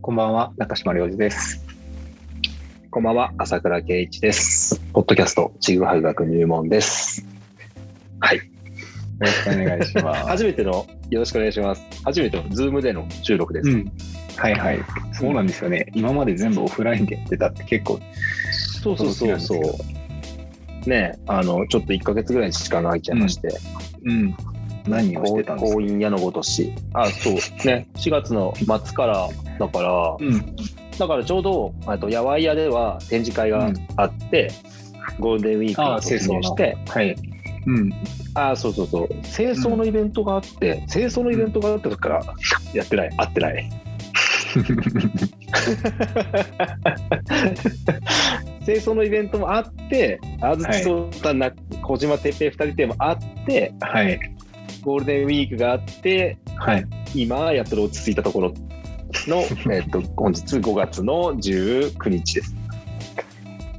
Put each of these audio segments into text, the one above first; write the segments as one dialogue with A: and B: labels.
A: こんばんは、中島良二です。
B: こんばんは、朝倉圭一です。ポッドキャスト、ちぐはぐ学入門です。
A: よろしくお願いしま。
B: 初めての、よろしくお願いします。初めての、ズームでの収録です
A: う
B: す。
A: ん。はいはい。そうなんですよね。今まで全部オフラインでやってたって結構、
B: そうそうそうそ
A: 驚きなん
B: う。ねえあの、ちょっと1ヶ月ぐらいに時間が空いちゃいまして、
A: うん。何をしてたんですか
B: 婚姻屋のごとし。あ、そう。ね、4月の末から、だから、
A: うん。
B: だからちょうど、あと、やわい屋では展示会があって、ゴールデンウィーク
A: ああ
B: に突入して、
A: はい。うん。
B: ああ、そうそうそう。清掃のイベントがあって、清掃のイベントがあった時から、やってない、会ってない。清掃のイベントもあって、安土聡太な、小島哲平二人でもあって、
A: はい。
B: ゴールデンウィークがあって、
A: はい。
B: 今、やっと落ち着いたところの、 えっと、本日5月の19日です。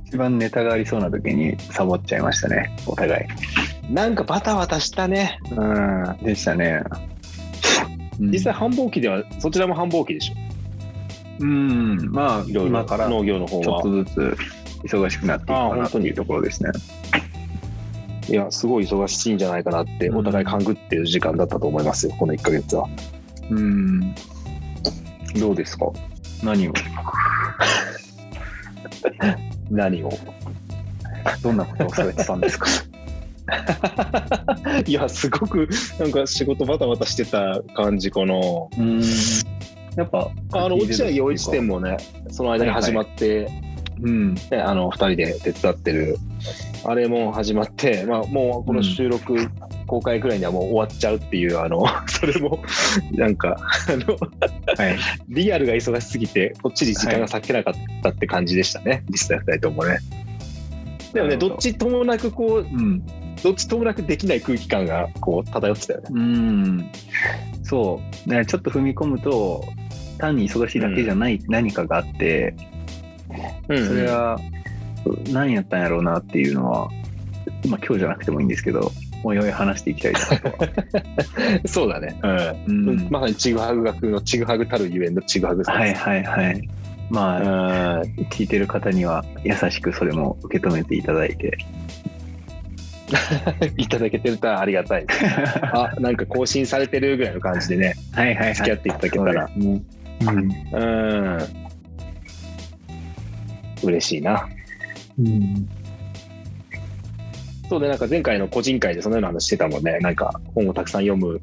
A: 一番ネタがありそうな時にサボっちゃいましたね。お互
B: なんかバタバタしたね。
A: い。うん。でしたね。うん
B: 実際、繁忙期では、そちらも繁忙期でしょ。
A: うん。まあ、
B: いろいろ
A: 今からちょ
B: 農業の方
A: っ
B: は
A: と。ずつ忙しくなっていく
B: あ
A: かな
B: 本
A: と
B: 当に
A: いうところですね。
B: いや、すごい忙しいんじゃないかなって、お互い勘ぐってる時間だったと思いますよ、この1ヶ月は。
A: うん。
B: どうですか
A: 何を、
B: 何を
A: どんなことをされてたんですか
B: いや、すごく、なんか仕事バタバタしてた感じかな。
A: うん。やっぱ、
B: あの、落合陽一店もね、その間に始まって、
A: うん。
B: ね、あの、2人で手伝ってる、あれも始まって、まあ、もうこの収録、公開くらいにはもう終わっちゃうっていう、あの、 それも、なんか、あの、
A: はい。
B: リアルが忙しすぎて、こっちに時間が割けなかったって感じでしたね、実際2人ともね。でも
A: な
B: ね、
A: るほど
B: どっちともなくこう、
A: うん。
B: どっちともなくできない空気感がこう漂ってたよね。
A: うん。そう。ね、ちょっと踏み込むと、単に忙しいだけじゃない、何かがあって、それは何やったんやろうなっていうのは、まあ今日じゃなくてもいいんですけど、おいおい話していきたいな と。
B: そうだね。
A: う
B: うん
A: ん。
B: まさにちぐはぐ学のちぐはぐたるゆえんのちぐはぐさ
A: はいはいはい。
B: う
A: まあ、
B: ん
A: 聞いてる方には優しくそれも受け止めていただいて。
B: いただけてるとはありがたい。
A: は
B: あ、なんか更新されてるぐらいの感じでね、
A: いはい
B: 付き合っていただけたら、
A: うん
B: うん、嬉しいな。
A: うん。
B: そうで、なんか前回の個人会でそのような話してたもんね。なんか本をたくさん読む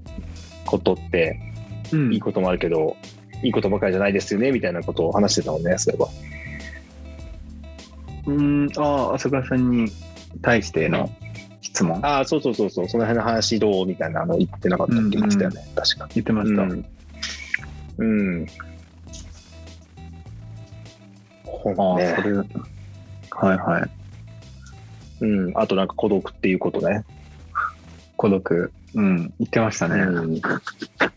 B: ことって
A: うん
B: いいこともあるけど、いいことばかりじゃないですよね、みたいなことを話してたもんね、そういえば。
A: うん、ああ、朝倉さんに対しての質問
B: ああ、そうそうそうそう、その辺の話どうみたいなの言ってなかったっ
A: うん
B: け言ってたよね、確か。
A: 言ってました。うん
B: うん。うん、
A: あ
B: 本
A: あ、
B: ね
A: そ。れだった。はいはい。
B: うん。あとなんか孤独っていうことね。
A: 孤独。うん、言ってましたね。
B: うん。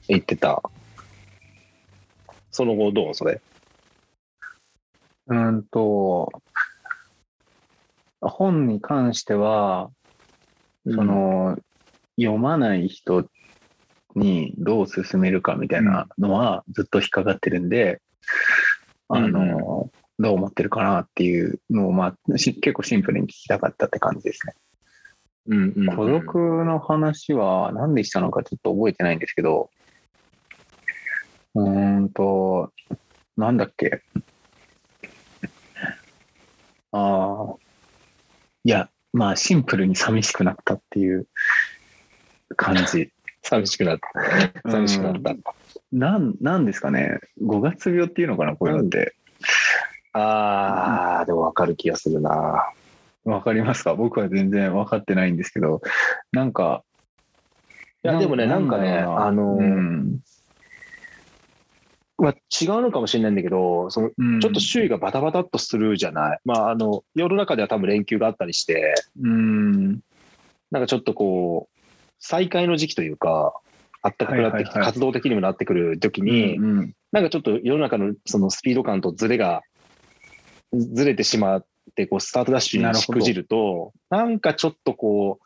B: 言ってた。その後どうそれ。
A: うーんと、本に関しては、その、読まない人にどう進めるかみたいなのはずっと引っかかってるんで、
B: うん
A: あの、どう思ってるかなっていうのを、まあ、し結構シンプルに聞きたかったって感じですね。
B: うん、うんうん。
A: 孤独の話は何でしたのかちょっと覚えてないんですけど、うーんと、なんだっけ。ああ、いや、まあシンプルに寂しくなったっていう感じ。
B: 寂しくなった。寂しくなった。
A: なん、なんですかね。五月病っていうのかな、こういうのって。
B: ああ、でもわかる気がするな。
A: わかりますか僕は全然分かってないんですけど、なんか、
B: いや、でもね、なんかね、
A: だろうな
B: あの
A: う
B: ー、
A: ん
B: まあ違うのかもしれないんだけど、その、
A: うん
B: ちょっと周囲がバタバタっとするじゃない。まあ、あの、世の中では多分連休があったりして、
A: うん、
B: なんかちょっとこう、再開の時期というか、あったかくなっ
A: はい
B: てきて、
A: はいはい
B: 活動的にもなってくる時に
A: う、ん
B: なんかちょっと世の中のそのスピード感とズレが、ずれてしまって、こう、スタートダッシュ
A: な
B: に
A: る
B: し
A: ほ
B: く
A: ど
B: じると、なんかちょっとこ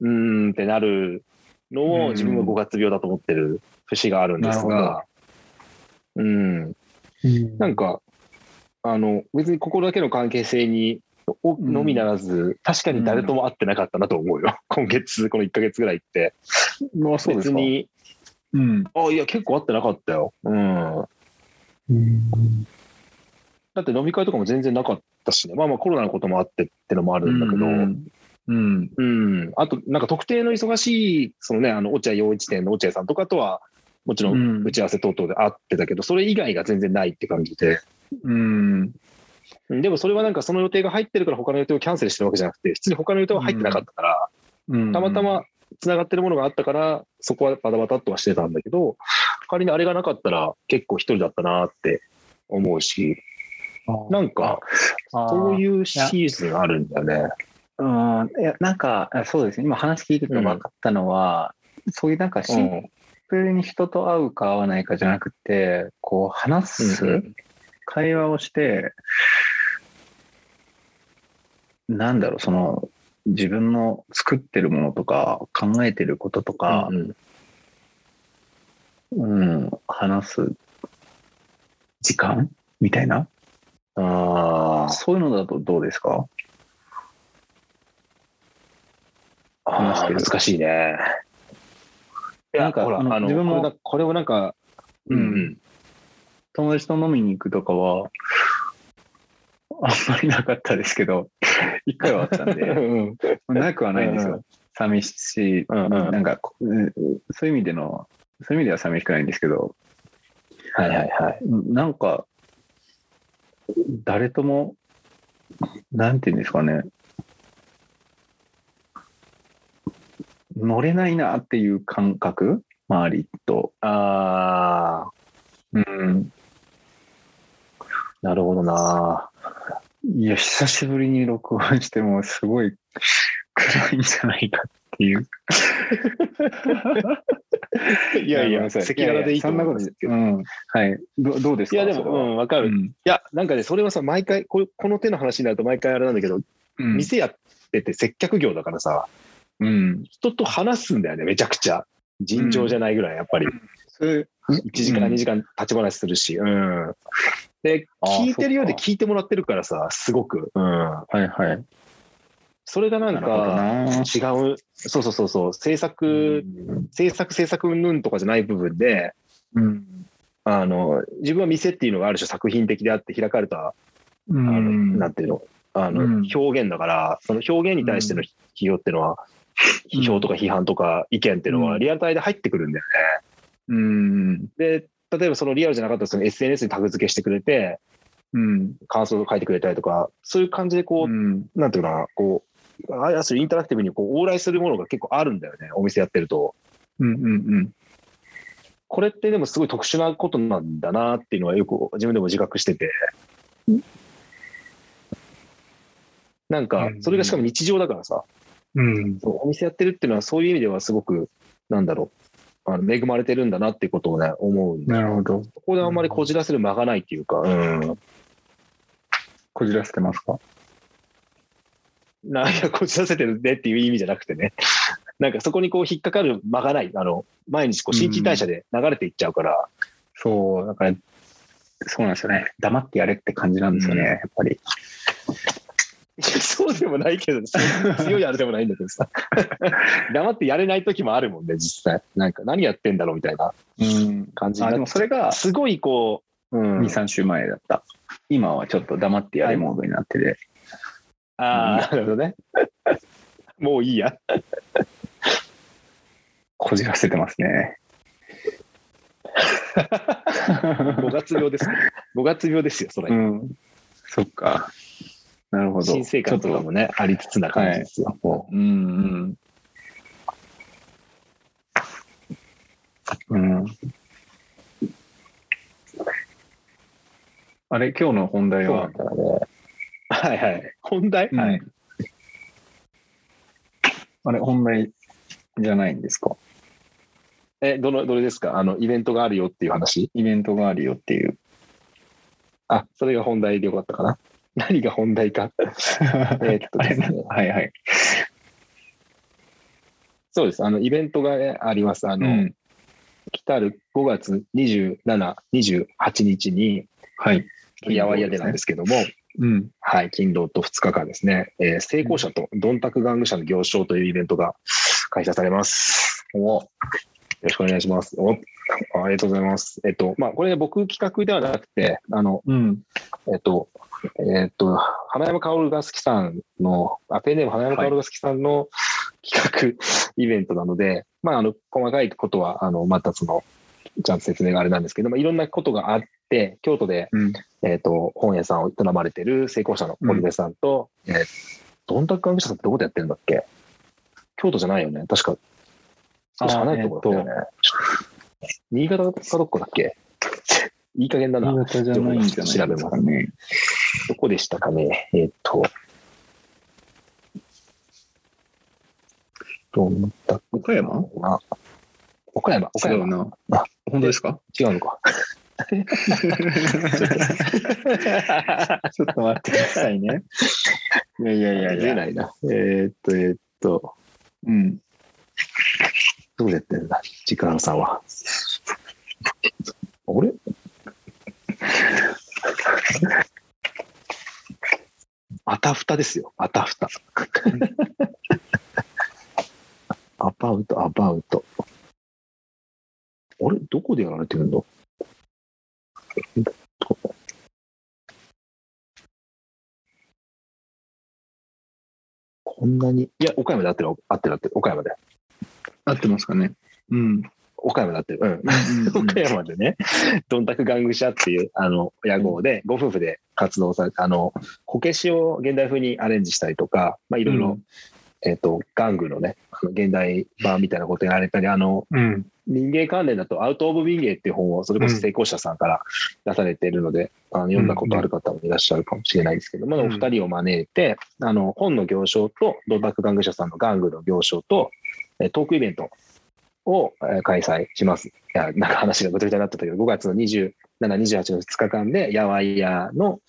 B: う、うーんってなるの
A: うん
B: を自分は五月病だと思ってる節があるんです
A: なるほ
B: が、うん。
A: うん
B: なんか、あの、別にここだけの関係性に、お
A: うん
B: のみならず、確かに誰とも会ってなかったなと思うよ。今月、この1ヶ月ぐらいって。
A: まあそうです
B: 別
A: か。
B: に、
A: うん。
B: あ、いや、結構会ってなかったよ。うん。
A: うん
B: だって飲み会とかも全然なかったしね。まあまあコロナのこともあってってのもあるんだけど、うん、
A: うん。
B: あと、なんか特定の忙しい、そのね、あの、落合陽一店の落合さんとかとは、もちろ
A: うんん
B: 打。ち合わせ等々で会ってたけど、それ以外が全然ないって感じで。
A: うん。
B: うんでもそれはなんかその予定が入ってるから他の予定をキャンセルしてるわけじゃなくて、普通に他の予定は入ってなかったから、
A: うん
B: たまた。ま繋がってるものがあったから、そこはバタバタっとはしてたんだけど、仮にあれがなかったら結構一人だったなって思うし、なんか、そう
A: う。
B: いうシーズンあるんだよね。
A: うん。いや、なんか、そうですね。今話聞いてて分かったのは、そういうなんかシンプルに人と会うか会わないかじゃなくて、こう話す、
B: うん
A: 会話をして、なんだろう、その、自分の作ってるものとか、考えてることとか、
B: うんうん
A: うん、話す時間みたいな、
B: あー
A: そういうのだとどうですか
B: あー、難しいね。いや、
A: な
B: なんん
A: か
B: か、ほら、
A: あの
B: あの、
A: 自分も
B: これなこれをなんか、
A: うん友達と飲みに行くとかは、あんまりなかったですけど、一回はあったん
B: うん
A: で、
B: うん
A: なくはないんです
B: うんう
A: よ。寂しいし、
B: うんうん
A: なんか、こうんそういう意味での、そういう意味では寂しくないんですけど、
B: はいはいはい。
A: なんか、誰とも、なんていうんですかね、乗れないなっていう感覚、周りと。
B: ああ、
A: うん、
B: なるほどな。
A: いや、久しぶりに録音しても、すごい暗いんじゃないかっていう。
B: い
A: い
B: 赤裸々でいいと
A: そん
B: 思
A: な
B: う
A: こ
B: ん
A: と
B: ですけど。
A: うん。はい。どどうです
B: い
A: か
B: や、で
A: それ
B: も、う
A: は
B: ん、わかる。い
A: うん
B: や、なんかね、それはさ、毎回、ここの手の話になると毎回あれなんだけど、
A: うん
B: 店やってて接客業だからさ、
A: うん。
B: 人と話すんだよね、めちゃくちゃ。尋常じゃないぐらい、やっぱり。
A: それ
B: 1時間、
A: うん
B: 2時間立ち話するし。うん。で、
A: あー
B: 聞いてるようで
A: そっ
B: 聞いてもらってるからさ、すごく。うん。
A: はいはい。
B: それがなんか、
A: なるほどな
B: 違う、そうそうそうそう、制作、制作、制作うんぬんとかじゃない部分で、
A: うん。
B: あの、自分は店っていうのがある種作品的であって開かれた、
A: う
B: あの
A: ん。
B: なんていうの、あの、
A: うん
B: 表現だから、その表現に対しての批評っていうのは、批評とか批判とか意見っていうの
A: う
B: は
A: ん
B: リアルタイで入ってくるんだよ
A: うん。
B: ね。で、例えばそのリアルじゃなかったらその SNS にタグ付けしてくれて、
A: うん。
B: 感想を書いてくれたりとか、そういう感じでこ
A: う
B: う、
A: ん
B: なんていうのかな、こう、ああインタラクティブにこう往来するものが結構あるんだよね、お店やってると。
A: うんうん
B: これってでもすごい特殊なことなんだなっていうのはよく自分でも自覚してて。なんか
A: う、ん
B: それがしかも日常だからさ、
A: うん。うん。
B: そうお店やってるっていうのはそういう意味ではすごく、なんだろう、あの恵まれてるんだなっていうことをね、思うんで、
A: なるほど。
B: ここであんまりこじらせる間がないっていうか、うん。
A: こじらせてますか
B: なんかこじらせてるねっていう意味じゃなくてね、 なんかそこにこう引っかかる間がない、あの、毎日こう新陳代謝で流れていっちゃうから、
A: そう、だから、そうなんですよね。黙ってやれって感じなんですよね、
B: うん
A: やっぱり。
B: いや そうでもないけ ど、そう強いあれでもないんだけどさ。 黙ってやれない時もあるもんね、実際。なんか何やってんだろうみたいな
A: うん。
B: 感じに
A: あ、
B: な
A: で
B: っ
A: もそれが
B: て。すごいこう、うん
A: 2、3週前だった。今はちょっと黙ってやれモードになってて。
B: ああ、なるほどね。 もういいや。
A: こじらせてます ね。
B: 5月病です。5月病ですよ、それ。
A: うん。そっか。なるほど。
B: 新生活とかもね、ありつつな感じですよ。もう
A: うんうん。うん。あれ、今日の本題
B: そうな
A: は
B: ん、だね。はいはい。本題、
A: は。い。あれ、本題じゃないんですか
B: え、どの、どれですかあの、イベントがあるよっていう話
A: イベントがあるよって いう。
B: あ、それが本題でよかったかな。 何が本題か。えーっと
A: あ
B: で
A: れ
B: すね。
A: はいはい。
B: そうです。あの、イベントがねあります。あ
A: あ
B: の、来たる5月27、28日に、
A: はい。
B: やわやでなんですけども、
A: うん。
B: はい、勤労と2日間ですね、えー成功者とドンタク玩具者の行商というイベントが開催されます。およろしくお願いします。おありがとうございます。えっと、まあ、これ僕企画ではなくて、あの、
A: うん。
B: えっと、えっと、花山薫が好きさんの、あ、ペンネーム花山薫が好きさんの企画、イベントなので、まあ、あの、細かいことは、あの、またその、ちゃんと説明があれなんですけど、まあ、いろんなことがあって、京都で、
A: うん。
B: えっ、と、本屋さんを営まれてる成功者の堀部さんと、えーどんたく関係者さんってどこでやってるんだっけ京都じゃないよね確か。少し離れたところだったよね。新潟かどっかだっけ いい加減だな。
A: 新
B: ど
A: 潟じゃないんじゃないですかね。
B: こでしたかねえっ、と。どんたく
A: 岡山
B: は岡山岡
A: 違
B: 山
A: うな。
B: あ
A: 本当ですか
B: 違うのか。
A: ちょ っと待ってくださ いね。いやいやいやい
B: 出
A: や。
B: ないな。えーっと、えーっと。
A: うん。
B: どうやってんだ、時間差は。あれあたふたですよ、あたふ た。アバウト、アバウト。あれどこでやられてるんだこんなに。いや、岡山で合ってる、合ってる、合ってる、岡山で。
A: 合ってますかね。うん。
B: 岡山だって、う
A: う
B: ん、
A: ん
B: 岡山でね、どんたく玩具社っていうあの屋号で、ご夫婦で活動されて、あの、こけしを現代風にアレンジしたりとか、まあ、いろいろ、えっ、と、玩具のね、あの現代版みたいなことやられたり、あの、
A: うん。
B: 民芸関連だと、アウト・オブ・民芸っていう本を、それこそ成功者さんから出されているので、あの読んだことある方もいらっしゃるかもしれないですけど、まあ、
A: う
B: お
A: ん
B: 二人を招いて、あの、本の行商と、ドンタク玩具社さんの玩具の行商と、えートークイベントをえー開催します。いや、なんか話がぐちゃぐちゃになってたけど、5月の27、28の2日間で、やわいやの、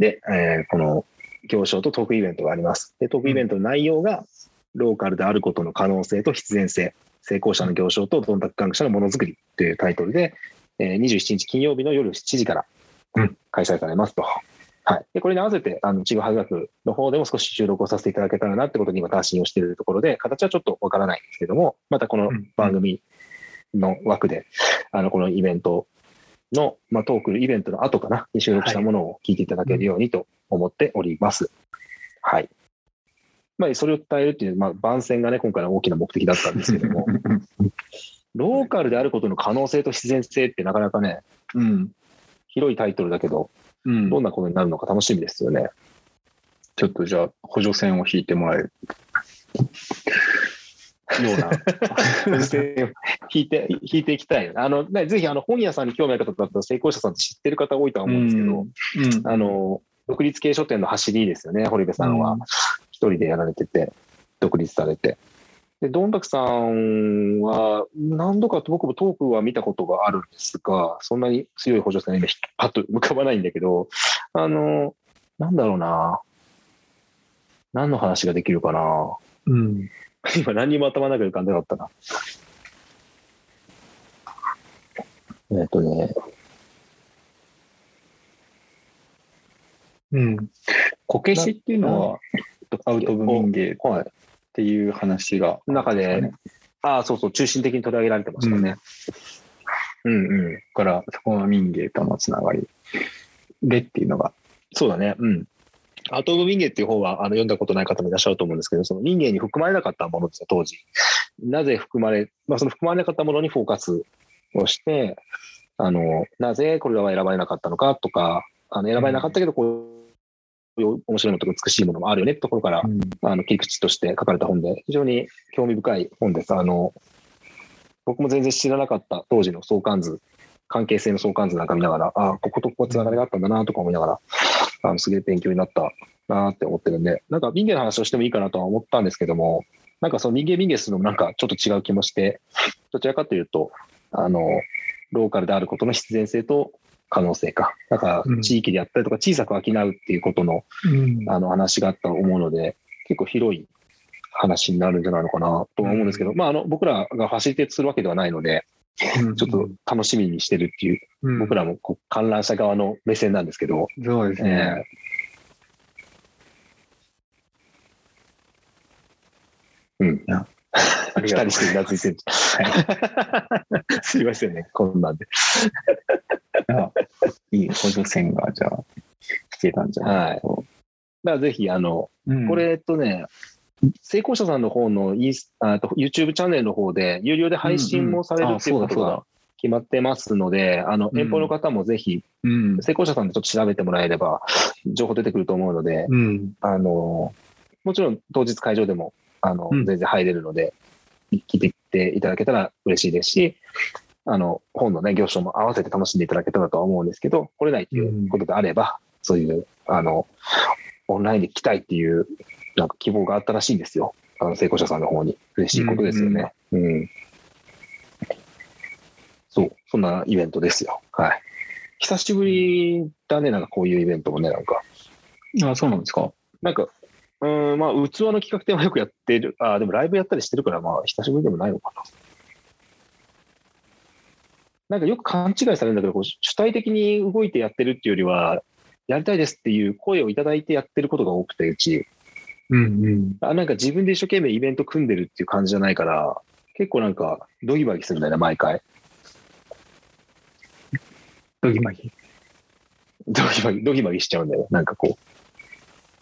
B: で、えーこの、行商とトークイベントがあります。で、トークイベントの内容が、ローカルであることの可能性と必然性、成功者の行商とどんたく関係者のものづくりというタイトルで、えー27日金曜日の夜7時から
A: うん
B: 開催されますと。はい、でこれに合わせて、あの、ちぐはぐ学の方でも少し収録をさせていただけたらなってことに今、打診をしているところで、形はちょっとわからないんですけども、またこの番組の枠で、あの、このイベントの、まあ、トークイベントの後かな、に収録したものを聞いていただけるようにと思っております。はい。まあ、それを伝えるっていう、まあ、番宣がね、今回の大きな目的だったんですけども、 ローカルであることの可能性と必然性ってなかなかね、
A: うん。
B: 広いタイトルだけど、
A: うん。
B: どんなことになるのか楽しみですよね。
A: ちょっとじゃあ補助線を引いてもらえるよ うな。
B: 引いて、引いていきたい。あの、ねぜひ、あの、本屋さんに興味ある方だったら、成功者さんって知ってる方多いとは思うんですけど、
A: うん
B: あの、独立系書店の走りですよね、堀部さんは
A: うん。
B: 一人でやられてて、独立されて。で、どんたくさんは、何度か僕もトークは見たことがあるんですが、そんなに強い補助線が今、パッと浮かばないんだけど、あの、なんだろうな。何の話ができるかな。
A: うん。
B: 今、何にも頭の中に浮かんでなかったな。えっとね、
A: うん。こけしっていうのは、アウト・オブ・民芸っ
B: はい。
A: ていう話が、
B: 中で、ああ、そうそう、中心的に取り上げられてましたね。うん、うん、
A: からそこの民芸とのつながりでっていうのが。
B: そうだね。うん。アート・オブ・民芸っていう本はあの読んだことない方もいらっしゃると思うんですけど、その民芸に含まれなかったものですよ、当時。なぜ含まれ、まあ、その含まれなかったものにフォーカスをして、あの、なぜこれらは選ばれなかったのかとか、あの選ばれなかったけど、こういう面白いものとか美しいものもあるよねってところからあの切り口として書かれた本で、非常に興味深い本です。あの僕も全然知らなかった当時の相関図、関係性の相関図なんか見ながら、ああ、こことここつながりがあったんだなとか思いながら、あのすげえ勉強になったなって思ってるんで、なんか民芸の話をしてもいいかなとは思ったんですけども、なんかその民芸民芸するのもなんかちょっと違う気もして、どちらかというと、あの、ローカルであることの必然性と可能性か。だから地域であったりとか小さく商うっていうことの
A: うん
B: あの話があったと思うので、結構広い話になるんじゃないのかなとは思うんですけど、まあ、あの僕らがファシリテートするわけではないので、ちょっと楽しみにしてるっていう、僕らもこう観覧者側の目線なんですけど、
A: そうですね。
B: うん。来たりしてうなずいてる。すい ませんね、こんなんで。
A: いい補助線が、じゃあ、来てたんじゃない
B: はい。だからぜひ、あの、うん、これ、えっとね、成功者さんの方のインスあと YouTube チャンネルの方で、有料で配信もされるっていうことが決まってますので、あの遠方の方もぜひ、うん、成功者さんでちょっと調べてもらえれば、情報出てくると思うので、うん、あのもちろん当日会場でもあの、全然入れるので、聞いてきていただけたら嬉しいですし、あの本の、ね、行書も合わせて楽しんでいただけたらとは思うんですけど、来れないということであれば、そういうあのオンラインで来たいっていうなんか希望があったらしいんですよ。あの成功者さんの方に。嬉しいことですよね。うん,うん、うん、そう、そんなイベントですよ。はい。久しぶりだね、なんかこういうイベントもね、なんか。
A: あそうなんですか。
B: なんか、うん、まあ、器の企画展はよくやってる。あでもライブやったりしてるから、まあ、久しぶりでもないのかな。なんかよく勘違いされるんだけど、こう主体的に動いてやってるっていうよりは、やりたいですっていう声をいただいてやってることが多くて、うち。
A: うんうん、あ
B: なんか自分で一生懸命イベント組んでるっていう感じじゃないから、結構なんか、ドギマギするんだよね、毎回。
A: ドギマギ
B: ドギマギ、ドギマギしちゃうんだよ。なんかこう、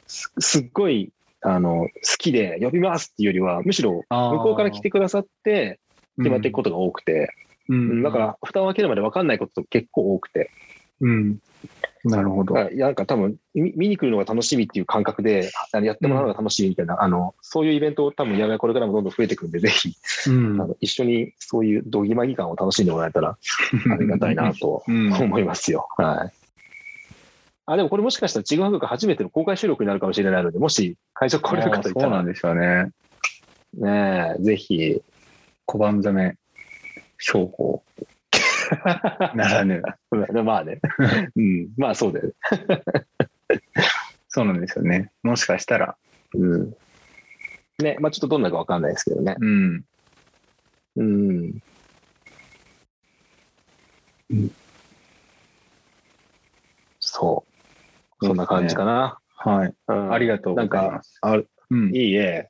B: すすっごい、あの、好きで呼びますっていうよりは、むしろ向こうから来てくださって、決まっていくことが多くて、うん、だから、蓋を開けるまで分かんないこと結構多くて。
A: うん、なるほど。
B: なんか多分見に来るのが楽しみっていう感覚で、やってもらうのが楽しいみたいな、うん、あのそういうイベントを多分やがこれからもどんどん増えていくんで、ぜひ、うん、あの一緒にそういうどぎまぎ感を楽しんでもらえたらありがたいなと思いますよ。うん、はいあでもこれもしかしたら、ちぐはぐが初めての公開収録になるかもしれないので、もし会場来れる方いたら。そう
A: なんですよね。
B: ねえ、ぜひ。
A: 小判攻め、商法。 ならぬ。
B: ま あね。うん、まあそうだよ
A: ね。そうなんですよね。もしかしたら。
B: うん。ね、まあちょっとどんなか分かんないですけどね。
A: うん。
B: うん。うん、そう。そんな感じかな。
A: ね、はい、うん、ありがとうございます。
B: なんか、あうん、いいえ。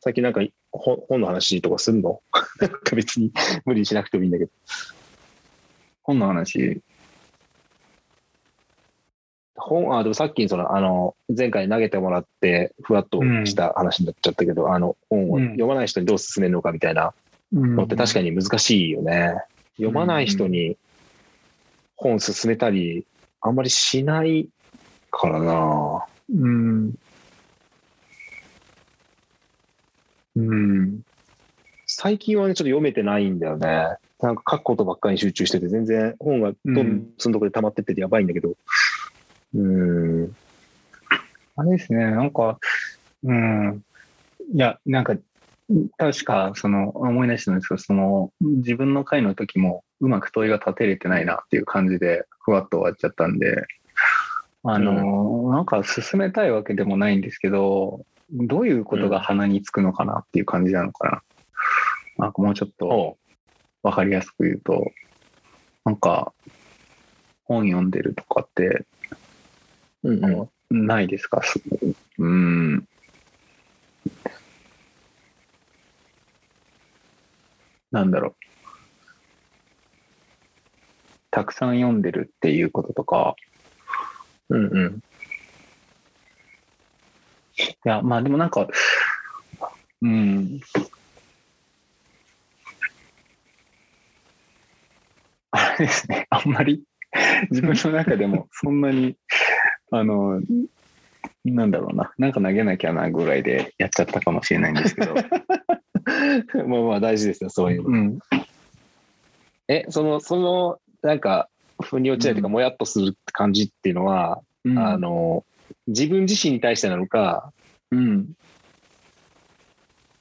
B: さっきなんか本の話とかすんの なんか別に無理しなくてもいいんだけど。
A: 本の話
B: 本あでもさっきそのあの前回投げてもらってふわっとした話になっちゃったけど、うん、あの本を読まない人にどう勧めるのかみたいなのって確かに難しいよね。うん、読まない人に本勧めたりあんまりしないからな。
A: うん。うん。
B: 最近はね、ちょっと読めてないんだよね。なんか書くことばっかりに集中してて、全然本がどんどんそのとこで溜まってってやばいんだけど。うん。
A: うあれですね、なんか、うん。いや、なんか、確か、その、思い出したんですけど、その、自分の回の時も、うまく問いが立てれてないなっていう感じで、ふわっと終わっちゃったんで、あの、うん、なんか進めたいわけでもないんですけど、どういうことが鼻につくのかなっていう感じなのかな。うん、なんかもうちょっと分かりやすく言うと、なんか本読んでるとかって、
B: うん、うん、
A: ないですかうん。なんだろう。たくさん読んでるっていうこととか、
B: うんうん。
A: いや、まあでもなんか、うん。あれですね、あんまり自分の中でもそんなに、あの、なんだろうな、なんか投げなきゃなぐらいでやっちゃったかもしれないんですけど。
B: まあまあ大事ですよ、そういうの。うん、え、その、その、なんか、腑に落ちないというか、もやっとする感じっていうのは、うん、あの、自分自身に対してなのか、
A: うん、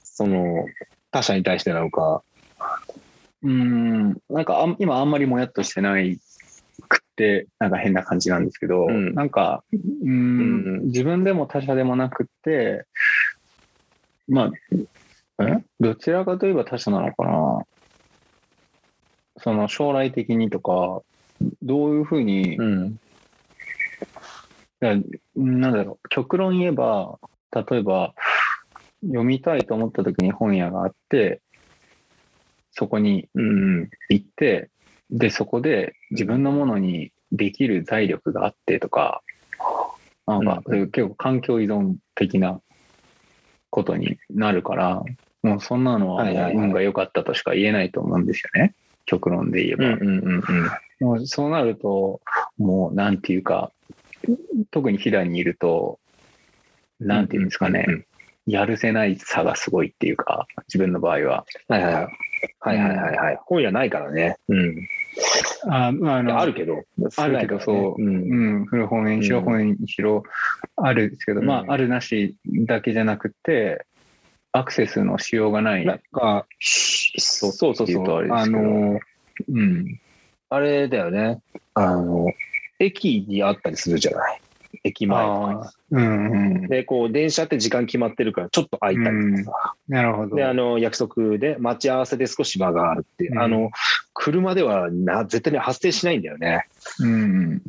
B: その他者に対してなのか。
A: うんなんかあ今あんまりもやっとしてないくってなんか変な感じなんですけど、うん、なんかうん、自分でも他者でもなくってまあえどちらかといえば他者なのかな。その将来的にとか、どういうふうに、
B: うん。
A: だなんだろう、極論言えば、例えば、読みたいと思った時に本屋があって、そこに
B: うん。
A: 行って、で、そこで自分のものにできる財力があってとか、なんか、
B: う
A: 結構環境依存的なことになるから、もうそんなのは
B: はいはい
A: もう
B: はい
A: 運が良かったとしか言えないと思うんですよね。極論で言え
B: う
A: ば。
B: んうん
A: もうそうなると、もうなんていうか、特に飛騨にいると、なんていうんですかね、
B: うん
A: やるせないさがすごいっていうか、自分の場合は。
B: はいはいはい。はいはいはいはい。本屋ないからね。うん。
A: ああの
B: あるけど。
A: あるけどそう
B: うん。
A: うん、古本
B: うん
A: 園、白本園にしろ、あるんですけど、
B: うん
A: まあ、あるなしだけじゃなくて、アクセスのしようがない。
B: なんか、
A: そう
B: そうそうそう
A: っていうとあれです
B: あ
A: けど
B: の、
A: うん。
B: あれだよね。あの、駅にあったりするじゃない。駅前とかに
A: ああ、うん、うん。
B: で、こう、電車って時間決まってるから、ちょっと空いたりとか
A: なるほ
B: さ。
A: ど。
B: で、あの、約束で、待ち合わせで少し間があるっていう。
A: うん
B: あの、車ではな、絶対に発生しないんだよね。
A: うん。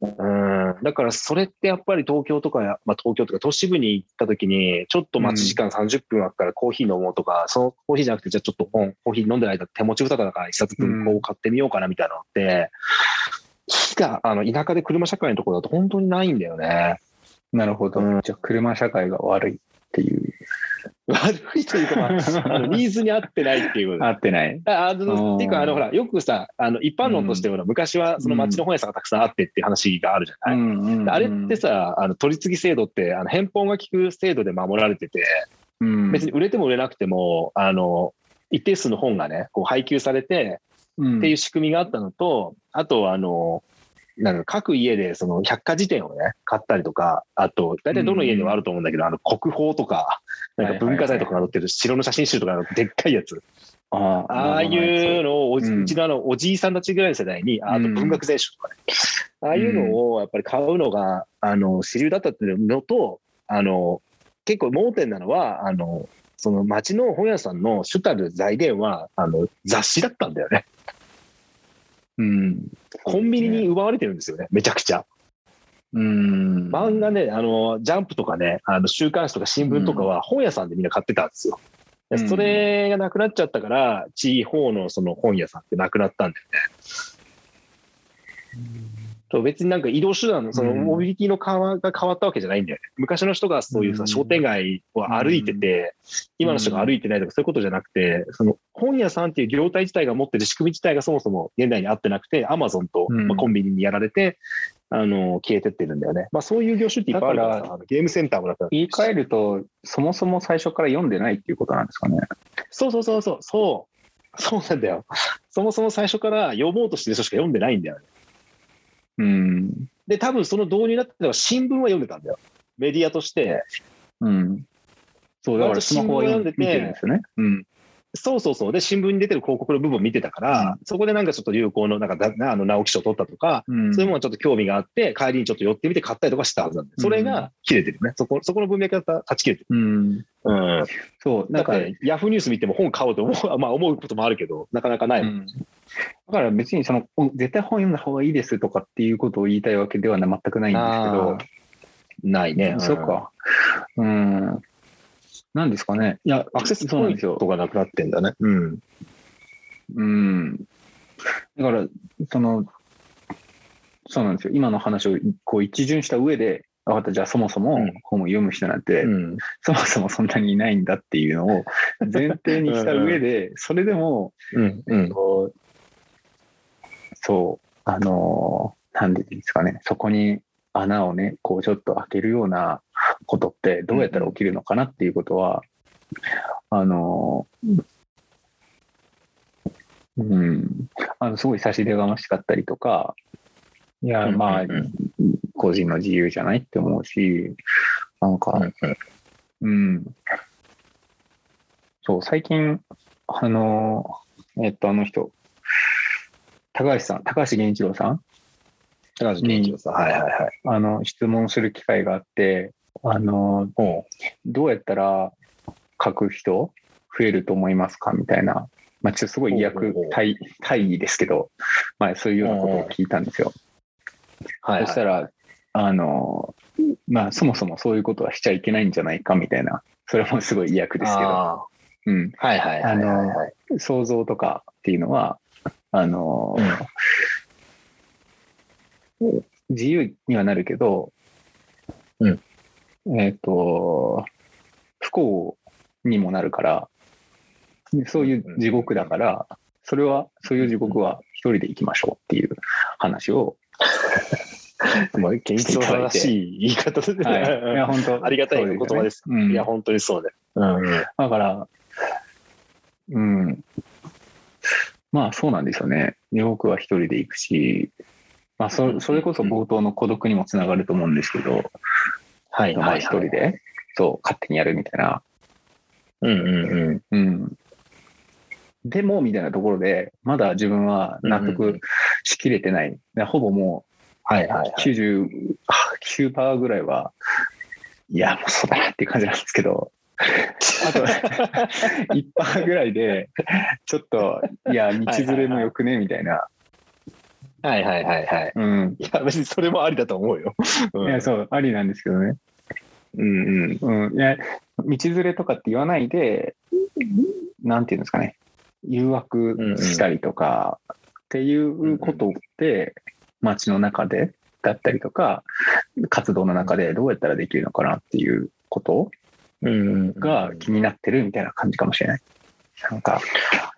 B: うん。だから、それってやっぱり東京とかや、まあ、東京とか都市部に行った時に、ちょっと待ち時間30分あったからコーヒー飲もうとか、そのコーヒーじゃなくて、じゃあちょっと本、コーヒー飲んでないと手持ち二ただから一冊分こう買ってみようかなみたいなのって、火が、あの、田舎で車社会のところだと本当にないんだよね。
A: なるほど。
B: うん
A: じゃあ、車社会が悪いっていう。
B: 悪いというか、まあ、あのニーズに合ってないっていうこと
A: 合ってない。
B: ああ
A: う
B: の
A: ん
B: っていうか、あのほら、よくさ、あの一般論としてほら、昔はその町の本屋さんがたくさんあってっていう話があるじゃない。
A: んうんうん
B: あれって、さ、あの取り次ぎ制度って、あの返本が効く制度で守られてて、
A: うん、
B: 別に売れても売れなくても、あの一定数の本がね、こう配給されて
A: っ
B: っていう
A: う
B: 仕組みがあったのと、あとはあの、なんだろう各家でその百科事典をね、買ったりとか、あと、大体どの家にもあると思うんだけど、あの国宝とか、なんか文化財とかが載ってる城の写真集とかのでっかいやつ。
A: ん、あ
B: ああいうのをおじ、
A: うん
B: うちのあのおじいさんたちぐらいの世代に、ああと
A: うん
B: 文学全集とかね、ああいうのをやっぱり買うのがあの主流だったっていうのと、あの結構盲点なのは、あのその町の本屋さんの主たる財源はあの雑誌だったんだよね。
A: うん、
B: コンビニに奪われてるんですよね、めちゃくちゃ。
A: うん、
B: 漫画ね、あのジャンプとかね、あの週刊誌とか新聞とかは本屋さんでみんな買ってたんですよ。で
A: うん
B: それがなくなっちゃったから、地方のその本屋さんってなくなったんだよね。と別になんか移動手段の、その
A: うん
B: モビリティの変わが変わったわけじゃないんだよね。昔の人がそういう
A: う
B: さ、
A: ん
B: 商店街を歩いてて、今の人が歩いてないとかそういうことじゃなくて、その本屋さんっていう業態自体が持ってる仕組み自体がそもそも現代に合ってなくて、アマゾンと
A: うん
B: まあコンビニにやられて、あの、消えてってるんだよね。まあそういう業種っていっぱいあるからさ
A: だか
B: あのゲームセンターもなくなって
A: 言
B: る
A: い
B: し
A: 換えると、そもそも最初から読んでないっていうことなんですかね。
B: そうそうそうそう、そう、そうなんだよ。 そもそも最初から読もうとしてる人しか読んでないんだよね。
A: うん。
B: で、多分その導入になってたのは新聞は読んでたんだよ。メディアとして。
A: うん。そう、だからスマホは読んで
B: 私も
A: 見て
B: 読んでて
A: るんですよね。うん。
B: そうそうそう。で、新聞に出てる広告の部分を見てたから、そこでなんかちょっと流行の、なんかだ、あの、直木賞取ったとか、
A: うん、
B: そういうものがちょっと興味があって、帰りにちょっと寄ってみて買ったりとかしたはずなんで、それが切れてるね。そこ、そこの文脈が断ち切れてる。
A: うん。
B: うん。
A: そう、なん
B: な
A: ん
B: か
A: か、、
B: ヤフーニュース見ても本買おうと思う、 まあ思うこともあるけど、なかなかないもん。
A: うんだから別にその、お絶対本読んだ方がいいですとかっていうことを言いたいわけではな全くないんですけど、
B: ないね。
A: そっか。うん。なんですかね。いや、
B: アクセス
A: そう
B: ポ
A: なん
B: イン
A: ですよ
B: ト。がなくなってんだね。うん。
A: うん。だから、その、そうなんですよ。今の話をこう一巡した上で、分かった、じゃあそもそも
B: うん
A: 本を読む人なんて、
B: うん、
A: そもそもそんなにいないんだっていうのを前提にした上で、それでも、
B: うん、うん。
A: こうそう、あのー、なんでですかね、そこに穴をね、こうちょっと開けるようなことって、どうやったら起きるのかなっていうことは、あのー、うん、あのすごい差し出がましかったりとか、いや、まあ、
B: うんうん
A: 個人の自由じゃないって思うし、なんか、うん。そう、最近、あのーえっと、あの人、高橋さん、高橋源一郎さん、
B: 高橋健一郎さん。はいはいはい。
A: あの、質問する機会があって、あのーどうやったら書く人増えると思いますかみたいなまあ、ちょっとすごい医
B: ほう
A: 薬
B: ほうほう
A: 大大義ですけど、まあ、そういうようなことを聞いたんですよ。
B: はい、はい。
A: そしたら、あの、まあ、そもそもそういうことはしちゃいけないんじゃないかみたいな、それもすごい威訳ですけど、
B: あ
A: うん、
B: ーはいはいはいはいはい。
A: 想像とかっていうのは、あの、自由にはなるけど、
B: うん
A: えっ、と、不幸にもなるから、そういう地獄だから、それは、そういう地獄は一人で行きましょうっていう話を、
B: もう現実正しい言い方ですね。
A: はい、いや、本当
B: ありがたいお言葉です。
A: そうよねうん、
B: いや、本当にそうで。うんうん
A: だから、うん。まあそうなんですよね。ヨークは一人で行くし、まあそそれこそ冒頭の孤独にもつながると思うんですけど、
B: はい
A: ま
B: は
A: あ
B: い。
A: 一人。で、そう、勝手にやるみたいな。
B: うんうんうん。
A: うん。でも、みたいなところで、まだ自分は納
B: うんうんう
A: 得しきれてない。でほぼも
B: はいは
A: う
B: いはい。
A: 99%ぐらいは、いや、もうそうだなっていう感じなんですけど、あと、1パーぐらいで、ちょっと、いや、道連れもよくね、みたいな。
B: はいはいはいはい。
A: うん。
B: いや、別にそれもありだと思うよ。
A: いや、そう、ありなんですけどね。
B: うんうん。
A: うん。いや、道連れとかって言わないで、なんていうんですかね、誘惑したりとか、っていうことって、街の中で、だったりとか、活動の中でどうやったらできるのかなっていうこと
B: うんうん
A: が気になってるみたいな感じかもしれない。なんか、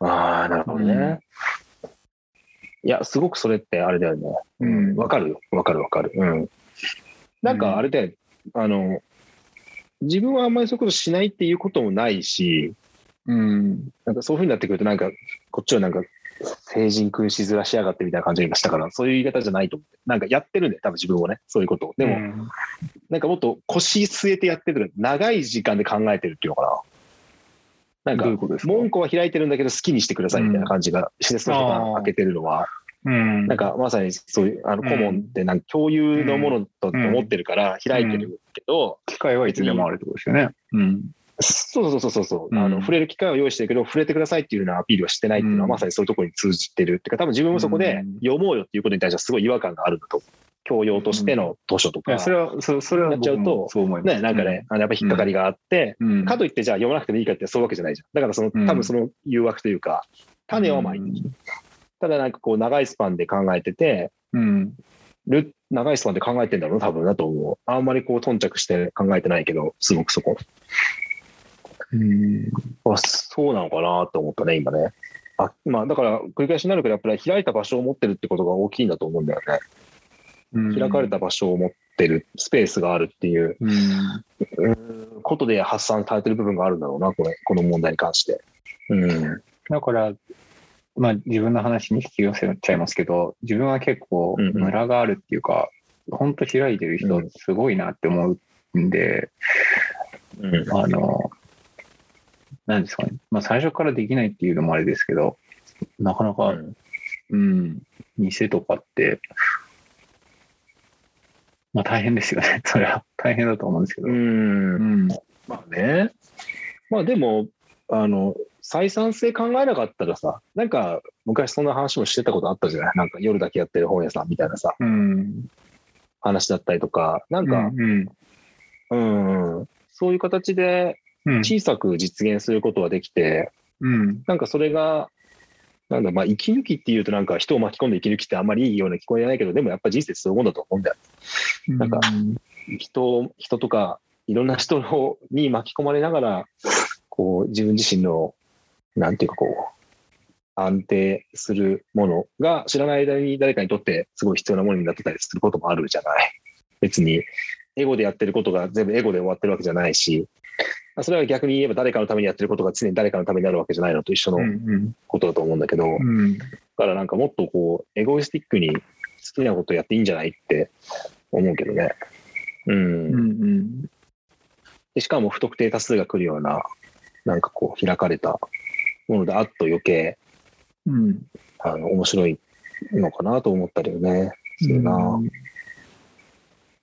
B: ああ、なるほどね。いや、すごくそれってあれだよね。
A: うん
B: わかるよ。わかるわかる。うん。なんかあれだよね。あの、自分はあんまりそういうことしないっていうこともないし、
A: うん。
B: なんかそういうふうになってくると、なんか、こっちはなんか、成人君しずらしやがってみたいな感じがしたから、そういう言い方じゃないと思う。なんかやってるんだよ、多分自分もね、そういうことを。でも、
A: も、
B: なんかもっと腰据えてやってる、長い時間で考えてるっていうのかな。なん
A: どういう
B: か、
A: ことですか
B: 門戸は開いてるんだけど、好きにしてくださいみたいな感じが、施設の人が開けてるのは、
A: うん
B: なんかまさにそういう、あの、顧問ってなんか共有のものと思ってるから、開いてるけど、
A: 機会はいつでもあるってことですよね。うん。
B: そうそうそうそうそう、
A: うん
B: あの触れる機会を用意してるけど触れてくださいっていうようなアピールはしてないっていうのは、
A: うん
B: まさにそういうところに通じてるっていうか多分自分もそこで
A: うん
B: 読もうよっていうことに対してはすごい違和感があるんだと思う教養としての図書と
A: い
B: か、
A: や、それは、そそれは
B: なっちゃうと
A: 僕もそう思います。
B: ね、なんかね、あのやっぱり引っかかりがあって、
A: うん、
B: かといってじゃあ読まなくてもいいかってそういうわけじゃないじゃんだからその
A: うん
B: 多分その誘惑というか種をまいて、
A: い
B: ただなんかこう長いスパンで考えてて
A: うん。
B: る長いスパンで考えてんだろうな多分なと思うあんまりこう頓着して考えてないけどすごくそこ
A: うん。
B: あそうなのかなと思ったね、今ね。あまあ、だから、繰り返しになるけど、やっぱり開いた場所を持ってるってことが大きいんだと思うんだよね。
A: うん
B: 開かれた。場所を持ってる、スペースがあるっていう
A: うん。
B: ことで発散されてる部分があるんだろうな、これ、この問題に関して。うん。
A: だから、まあ自分の話に引き寄せちゃいますけど、自分は結構
B: うんうん
A: ムラがあるっていうか、ほんと開いてる人
B: うん
A: すごいなって思うんで、
B: うん。
A: あの、なんですかね。まあ最初からできないっていうのもあれですけど、なかなか、うん、店とかって、まあ大変ですよね。 それは大変だと思うんですけど。
B: う
A: ん。
B: ん。まあね。まあでも、あの、採算性考えなかったらさ、なんか、昔そんな話もしてたことあったじゃないなんか夜だけやってる本屋さんみたいなさ、
A: うん。
B: 話だったりとか、なんか、
A: うん。
B: うんうんそういう形で
A: うん。
B: 小さく実現することができて、
A: うん。
B: なんかそれが、なんだ、まあ、息抜きっていうと、なんか人を巻き込んで息抜きってあんまりいいような聞こえないけど、でもやっぱ人生そういうもんだと思うんだよ。なんか人を、人とか、いろんな人のに巻き込まれながら、こう、自分自身の、なんていうかこう、安定するものが知らない間に誰かにとってすごい必要なものになってたりすることもあるじゃない。別に、エゴでやってることが全部エゴで終わってるわけじゃないし、それは逆に言えば誰かのためにやってることが常に誰かのためになるわけじゃないのと一緒
A: うん。う
B: の
A: ん。
B: ことだと思うんだけど、だ
A: うん。
B: からなんかもっとこう、エゴイスティックに好きなことやっていいんじゃないって思うけどね。うん
A: うん。うん。
B: でしかも不特定多数が来るような、なんかこう、開かれたものであっと余計、
A: うん。
B: あの、面白いのかなと思ったけどね。するな。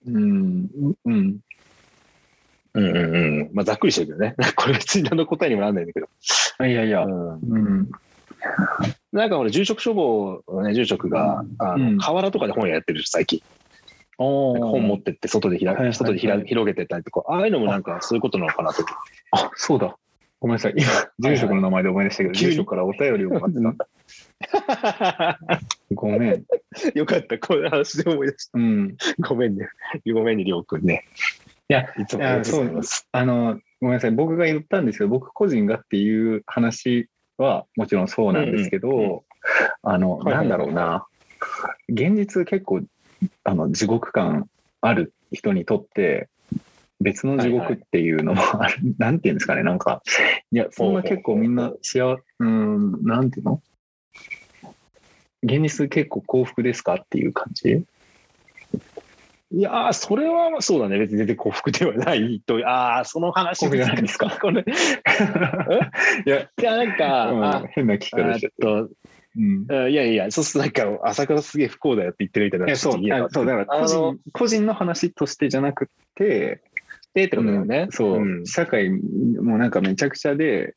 A: うん。うん。
B: うんうん うん。まあ、ざっくりしてるけどね。これ別に何の答えにもなんないんだけど。
A: いやいや。
B: うん
A: うん。
B: なんか俺、住職処方のね、住職が、あ
A: うん
B: の河原とかで本屋やってるでしょ最近。
A: お
B: なんか本持ってって、外で開
A: はいはいは
B: く、
A: い
B: 外でひら広げてたりとか、ああいうのもなんかそういうことなのかなと。
A: あ、そうだ。ごめんなさい。今、住職の名前で思い出したけど、
B: 急に
A: 住職からお便りをもらってた。 ごめん。
B: よかった、この話で思い出し
A: うん。
B: た。ごめんね。 ごめんね、りょうくんね。
A: いや、
B: いつもありがとうございます。
A: あの、ごめんなさい。僕が言ったんですけど、僕個人がっていう話はもちろんそうなんですけど、
B: うんうんうん
A: あの、
B: はいはい
A: なんだろうな。現実結構、あの、地獄感ある人にとって、別の地獄っていうのもある、なんていうんですかね、なんか、いや、そんな結構みんな幸せ、うん、なんていうの現実結構幸福ですかっていう感じ
B: いやー、それはそうだね。別に全然幸福ではないと。ああ、その話
A: 幸福じゃないですか
B: これ。
A: いや、
B: いや、なんか、
A: うん
B: あ
A: 変な聞き
B: あ
A: 方しち
B: ー
A: ゃ
B: っ
A: った
B: と、
A: うん
B: うんいやいや、そうするとなんか、朝倉すげえ不幸だよって言ってるみたいな。
A: えそうあそうだから個
B: あの
A: 人個人の話としてじゃなくて
B: でってことだよね。
A: そう、
B: ん
A: 社会もなんかめちゃくちゃで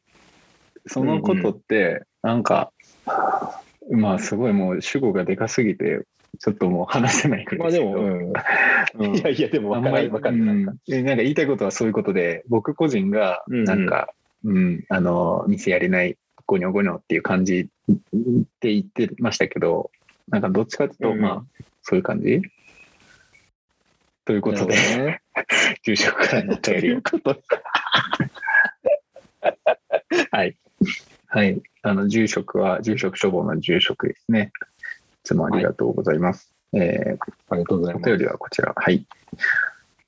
A: そのことってなんか、まあすごいもう主語がでかすぎてちょっともう話せないく
B: ま
A: らい
B: あで
A: です
B: も、うん
A: けど、うん
B: いやいや、でも
A: あ
B: 分
A: ん
B: か
A: まり
B: る分かる。
A: う
B: なんんか
A: えなんか言いたいことはそういうことで僕個人が
B: うんうん
A: なんか、うんあの店やれないゴニョゴニョっていう感じって言ってましたけどなんかどっちかっていうと、
B: うんうん
A: まあそういう感じということで、
B: なるほどね。
A: 住職からのお
B: と
A: 便り
B: い
A: を
B: うこと。はい。
A: はいあの住職は住職処方の住職ですねいつもありがとうございます、え
B: ありがとうござい
A: ーお
B: ます。
A: 便りはこちらはい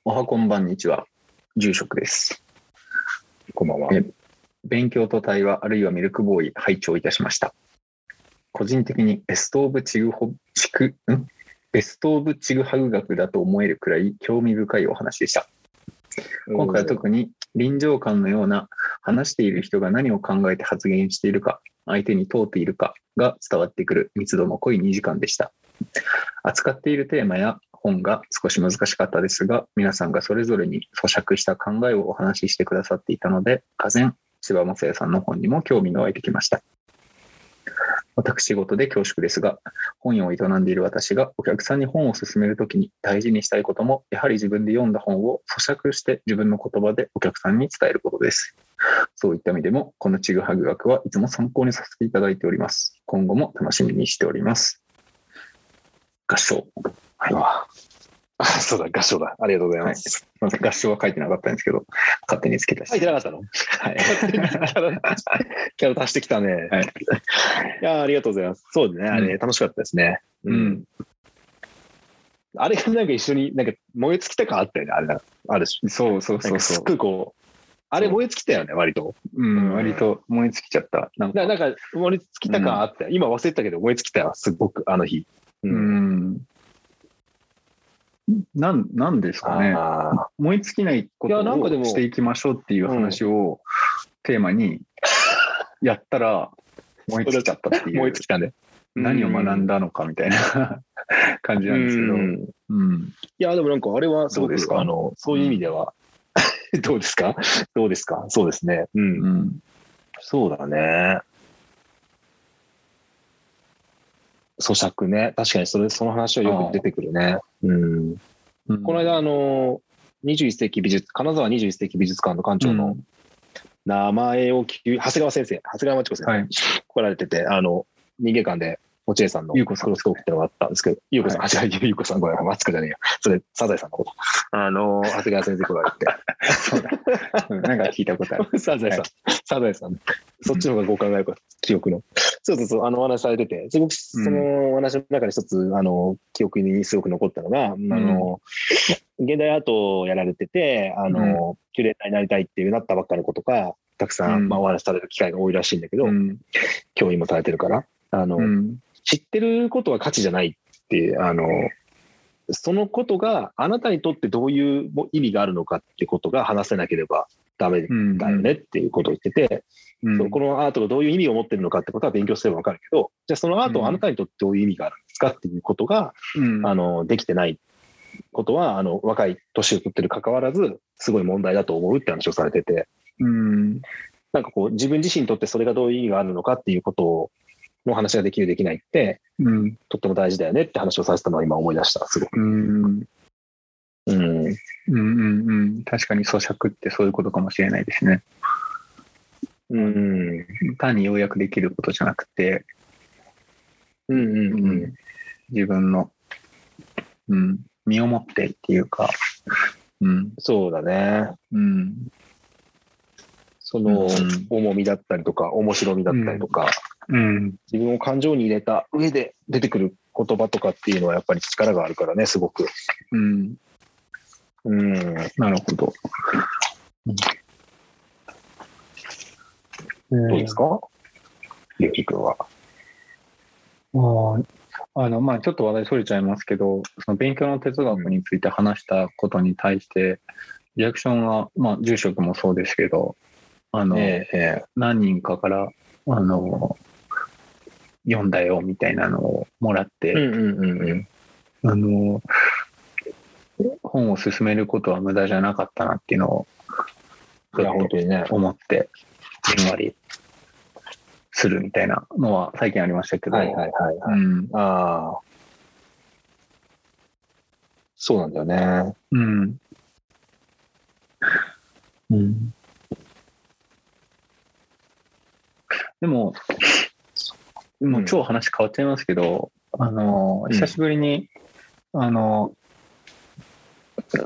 A: おはこんばんにちは住職です
B: こんばんは。
A: え勉強と対話あるいはミルクボーイ拝聴いたしました個人的にベスト・オブ・チグホチクんベスト・オブ・チグハグ学だと思えるくらい興味深いお話でした今回は特に臨場感のような話している人が何を考えて発言しているか相手に通っているかが伝わってくる密度の濃い2時間でした扱っているテーマや本が少し難しかったですが皆さんがそれぞれに咀嚼した考えをお話ししてくださっていたので俄然千葉雅也さんの本にも興味が湧いてきました私事で恐縮ですが本屋を営んでいる私がお客さんに本を勧めるときに大事にしたいこともやはり自分で読んだ本を咀嚼して自分の言葉でお客さんに伝えることですそういった意味でもこのちぐはぐ学はいつも参考にさせていただいております今後も楽しみにしております合唱はい
B: ああ、そうだ、合唱だ。ありがとうございます。
A: すいません合唱は書いてなかったんですけど勝手につけたし
B: 書いてなかったの
A: はい
B: キャラ足してきたね。
A: はい
B: いや、ありがとうございます。そうだね、あ
A: う
B: れ、楽しかったですね。
A: う。ん
B: あれがなんか一緒に、なんか燃え尽きた感あったよね、あれな。あるし。
A: そうそう
B: なん
A: そう
B: かす
A: そ
B: っごいこう、あれ燃え尽きたよね、割と。
A: ううん割と燃え尽きちゃったなんか
B: ななんか燃え尽きた感あったよ。今忘れてたけど、燃え尽きたよ、すごく、あの日。
A: う。んなんなんですかね
B: ああ。
A: 燃え尽きないこ
B: い
A: と
B: やなんかで
A: を
B: も
A: していきましょうっていう話をテーマにやった ら燃え尽きちゃったってい
B: 燃え
A: う
B: 尽きたね。
A: 何を学んだのかみたいな 感じなんですけど、
B: うん
A: うん
B: いや、でもなんかあれはす
A: ど
B: ご
A: う
B: く
A: ですか
B: あのそういう意味では、 どうですかどうですかそうですね。
A: う
B: う。
A: んん
B: そうだね。咀嚼ね。確かにそれ、その話はよく出てくるね。うん。
A: うん
B: この間、あの、21世紀美術、金沢21世紀美術館の館長
A: う
B: の
A: ん
B: 名前を聞き、長谷川先生、長谷川町子先生、
A: はい
B: 来られてて、あの、人間館で、落合さんの
A: ゆう
B: ク
A: こ
B: ロ
A: さん
B: ストークってのがあったんですけど、ゆうこさん、
A: は
B: あ、違う、ゆうこさん、ごめん、マツコじゃねえよ。それ、サザエさんのこと。あの、長谷川先生来られて。
A: そうだうんなんか聞いたことある
B: サザエさん
A: は、
B: サザエさん、そっちの方が豪華がよかった、記憶の。 そうそうそう、あのお話されてて、すごくそのお話の中で一つ、あの、記憶にすごく残ったのが、あの、現代アートをやられてて、あの、キュレーターになりたいっていうなったばっかの子とか、たくさ
A: う
B: ん、
A: ん
B: まあ、お話しされる機会が多いらしいんだけど、
A: うん
B: 教員もされてるから、あの、
A: うん
B: 知ってることは価値じゃないって、あの、そのことがあなたにとってどういう意味があるのかってことが話せなければダメ
A: うん
B: だよねっていうことを言ってて、
A: うん
B: そうこのアートがどういう意味を持ってるのかってことは勉強すれば分かるけど、じゃあそのアート
A: う
B: は
A: ん
B: あなたにとってどういう意味があるんですかっていうことが、
A: うん
B: あのできてないことは、あの若い年を取ってる関わらず、すごい問題だと思うって話をされてて、
A: うん
B: なんかこう、自分自身にとってそれがどういう意味があるのかっていうことをの話ができる、できないって、
A: うん。
B: とっても大事だよねって話をさせたのは今思い出した、すごく。
A: うん。
B: うん。
A: うんうんうん。確かに咀嚼ってそういうことかもしれないですね。
B: うん。
A: 単に要約できることじゃなくて、
B: うんうんうん。
A: 自分の、うん、身をもってっていうか、うん、
B: そうだね。
A: うん、
B: その
A: うん
B: 重みだったりとか、面白みだったりとか、
A: うん、
B: 自分を感情に入れた上で出てくる言葉とかっていうのはやっぱり力があるからね、すごく。
A: うん、
B: うん。
A: なるほど。うん
B: どうですかゆうきくんは。
A: まあ、あの、まあ、ちょっと話題それちゃいますけど、その勉強の哲学について話したことに対して、リアクションは、まあ、住職もそうですけど、あの、
B: ええ
A: 何人かから、あの、読んだよみたいなのをもらって、
B: うんうんうんうん。
A: あの、本を進めることは無駄じゃなかったなっていうのを、
B: いや、本当にね。
A: 思って、じんわりするみたいなのは最近ありましたけど、
B: はいはいはい、はい。
A: うん、
B: ああ。そうなんだよね。
A: うん。うん。でも、もう超話変わっちゃいますけど、あの、
B: うん
A: 久しぶりに、あの、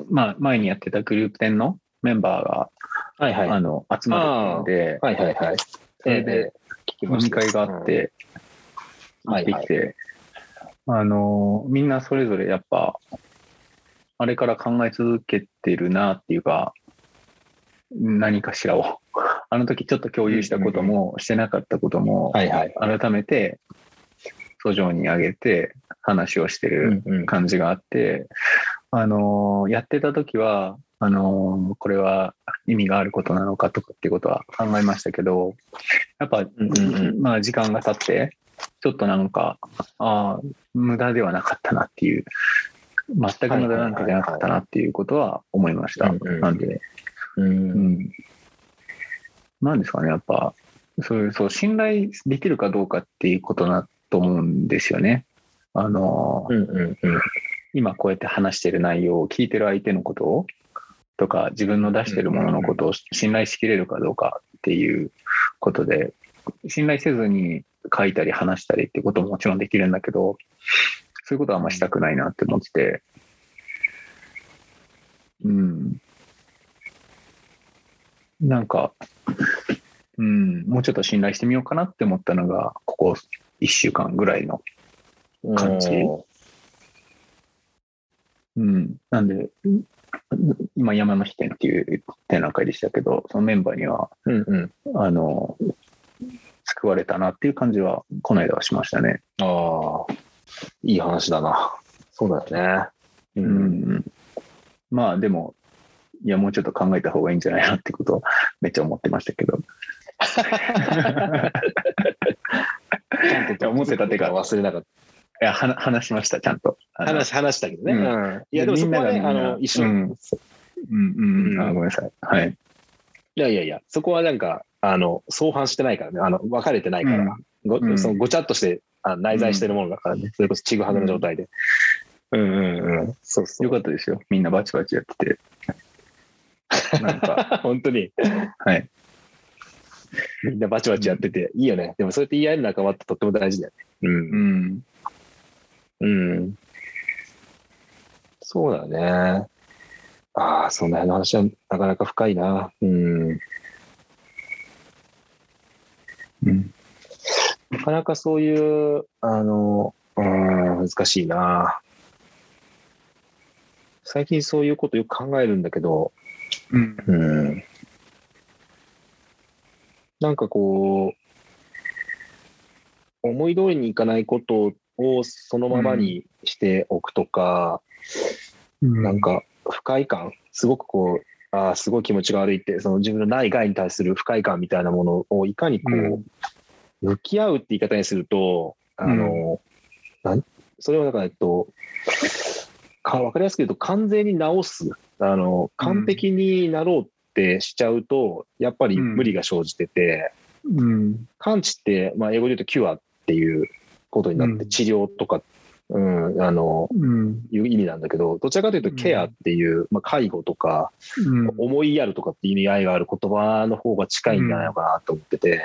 A: まあ、前にやってたグループ展のメンバーが、
B: はいはい。
A: あ
B: は
A: の、集まるので、
B: いはいはい。
A: それで、
B: ええ
A: 飲み会があっ、て、
B: うん
A: 行ってきて、あのーみんなそれぞれやっぱあれから考え続けてるなっていうか何かしらを あの時ちょっと共有したこともしてなかったことも
B: はいはい。
A: 改めて訴状に上げて話をしてる
B: うんうん
A: 感じがあって、あのーやってた時はあのーこれは意味があることなのかとかっていうことは考えましたけどやっぱ、
B: んうんう
A: まあ、時間が経ってちょっとなんかああ無駄ではなかったなっていう全く無駄なんかじゃなかったなっていうことは思いました。
B: はいはいはいはい
A: なんで、
B: うん
A: うん、なんですかねやっぱそういうそう信頼できるかどうかっていうことだと思うんですよね。あのー
B: うんうんうん。
A: 今こうやって話してる内容を聞いてる相手のことをとか自分の出してるもののことを信頼しきれるかどうかっていうことで信頼せずに書いたり話したりってことももちろんできるんだけどそういうことはあんましたくないなって思っててうんなんかうんもうちょっと信頼してみようかなって思ったのがここ1週間ぐらいの感じ
B: うん
A: うん、なんで、うん今、山の日展っていう展覧会でしたけど、そのメンバーには、
B: うんうん。
A: あの、救われたなっていう感じは、この間はしましたね。
B: ああ、いい話だな。そうだよね。う
A: うん。まあ、でも、いや、もうちょっと考えた方がいいんじゃないなってことは、めっちゃ思ってましたけど。
B: ちゃんと
A: 思ってた手が
B: 忘れなかっ
A: いや、はな話しました、ちゃんと。あ
B: た。
A: の
B: 話、話したけどね。
A: う
B: うんいや、でもそこは
A: み
B: ね、
A: んなが
B: あ
A: みんな
B: の、一緒。
A: うんうんうん、うんあ
B: うん
A: ごめんなさい。はい。
B: いやいやいや、そこはなんか、あの、相反してないからね。あの、分かれてないから。ご
A: うん
B: そのごちゃっとしてあ内在してるものだからね。それこそちぐはぐの状態で。うんうんうん。そうそう。
A: よかったですよ。みんなバチバチやってて。 なんか、
B: 本当に。
A: はい。
B: みんなバチバチやってて、いいよね。でもそうやって言い合える仲間ってとっても大事だよ
A: う。
B: ね。うんん。うん。そうだね。ああ、その辺の話はなかなか深いな。うん。
A: うん。
B: なかなかそういう、あの、うん、難しいな。最近そういうことよく考えるんだけど、
A: うん。
B: うんなんかこう、思い通りにいかないことをそのままにしておくとか、なんか不快感、すごくこう、ああ、すごい気持ちが悪いって、その自分の内外に対する不快感みたいなものをいかにこう、向き合うって言い方にすると、あの、なんそれをなんか、えっと、か分かりやすく言うと、完全に直す、あの、完璧になろうってしちゃうと、やっぱり無理が生じてて、
A: うん。
B: 完治って、まあ、英語で言うとキュアっっていうことになって、
A: うん
B: 治療とか、うん、あの、
A: うん。
B: いう意味なんだけど、どちらかというとケアっていう、まあ、介護とか、
A: うん。
B: 思いやるとかっていう意味合いがある言葉の方が近いんじゃないのかなと思ってて、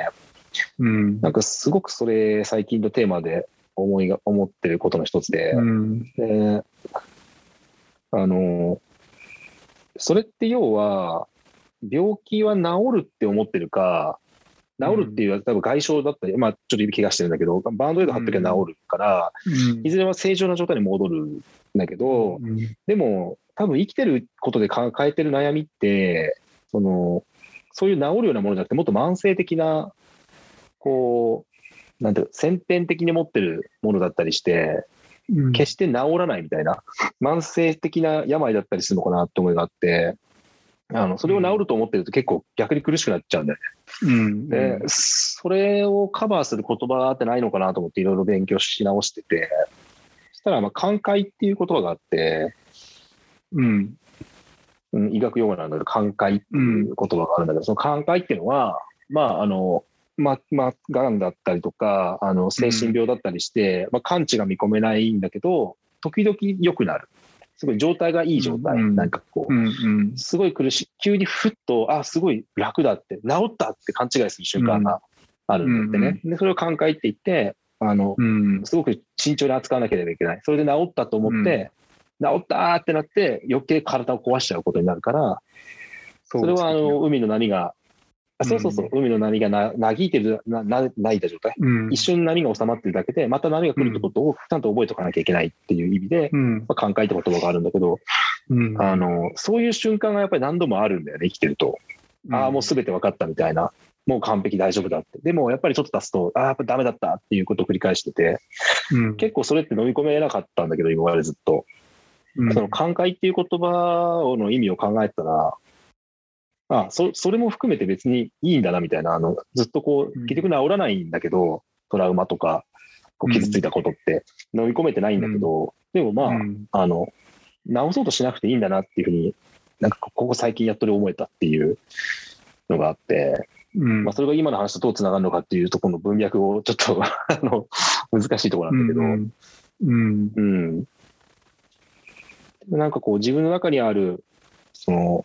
A: うん。
B: なんかすごくそれ最近のテーマで思いが、思ってることの一つで、
A: うん。
B: であの、それって要は、病気は治るって思ってるか、治るっていうのは多分外傷だったり、まあちょっと指怪我してるんだけど、バンドエイド貼っときゃ治るから、いずれは正常な状態に戻るんだけど、
A: うん。
B: でも、多分生きてることで抱えてる悩みって、その、そういう治るようなものじゃなくて、もっと慢性的な、こう、なんていうの先天的に持ってるものだったりして、
A: うん。
B: 決して治らないみたいな、慢性的な病だったりするのかなって思いがあって、あのそれを治ると思ってると結構逆に苦しくなっちゃうんだよ
A: うん。
B: ね。で、それをカバーする言葉ってないのかなと思っていろいろ勉強し直してて、そしたら、まあ、寛解っていう言葉があって、
A: うん。
B: うん、医学用語なんだけど、寛解っていう言葉があるんだけど、その寛解っていうのは、まあ、あの、ま、ま、がんだったりとか、あの、精神病だったりして、まあ、完治が見込めないんだけど、時々良くなる。すごい状態がいい状態。
A: うん
B: なんかこ
A: う
B: う、
A: ん。うん。
B: すごい苦しい。急にふっと、あ、すごい楽だって、治ったって勘違いする瞬間があるんだってね。で、それを寛解って言って、あの、
A: うん。
B: すごく慎重に扱わなければいけない。それで治ったと思って、治ったーってなって、余計体を壊しちゃうことになるから、それはあの、海の波が、あそうそうそう、海の波がな嘆いてる、なな泣いた状態。
A: うん。
B: 一瞬波が収まってるだけで、また波が来るってことをちゃんと覚えておかなきゃいけないっていう意味で、
A: うん。
B: まあ、寛解って言葉があるんだけど、
A: うん。
B: あの、そういう瞬間がやっぱり何度もあるんだよね、生きてると。ああ、もう
A: す
B: 全て分かったみたいな。もう完璧大丈夫だって。でもやっぱりちょっと経つと、ああ、やっぱダメだったっていうことを繰り返してて、
A: うん。
B: 結構それって飲み込めなかったんだけど、今までずっと。
A: 構
B: その、寛解っていう言葉の意味を考えたら、あそそれも含めて別にいいんだなみたいな、あのずっとこう、
A: うん
B: 結局治らないんだけど、トラウマとか、こ
A: う
B: う
A: ん
B: 傷ついたことって、飲み込めてないんだけど、でもまあ、
A: うん。
B: あの、治そうとしなくていいんだなっていうふうに、なんかこここ最近やっとり思えたっていうのがあって、
A: うん
B: まあ、それが今の話とどうつながるのかっていうところの文脈をちょっと あの難しいところなんだけど、
A: うん。うん。
B: うん。なんかこう自分の中にある、その、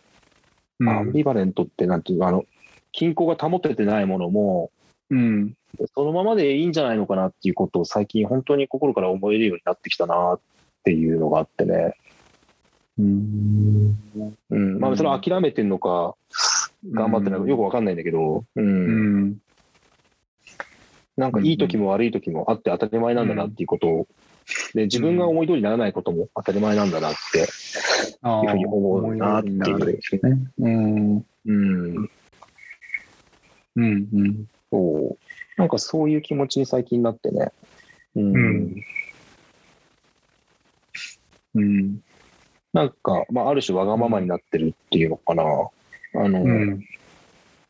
A: うん
B: アンビバレントってなんていうの、あの、均衡が保ててないものも、
A: うん。
B: そのままでいいんじゃないのかなっていうことを最近本当に心から思えるようになってきたなっていうのがあってね。
A: うん。
B: うん。まあそれは諦めてんのか、頑張ってるのかよくわかんないんだけど、うん。
A: うん。
B: なんかいい時も悪い時もあって当たり前なんだなっていうことを、で、自分が思い通りにならないことも当たり前なんだなって
A: あ
B: いうふうに思うなっていう。
A: うん。うん。
B: うん。
A: うん。
B: そう。なんかそういう気持ちに最近なってね。うん。
A: うんうん。
B: なんか、まあ、ある種わがままになってるっていうのかな。あの、
A: うん。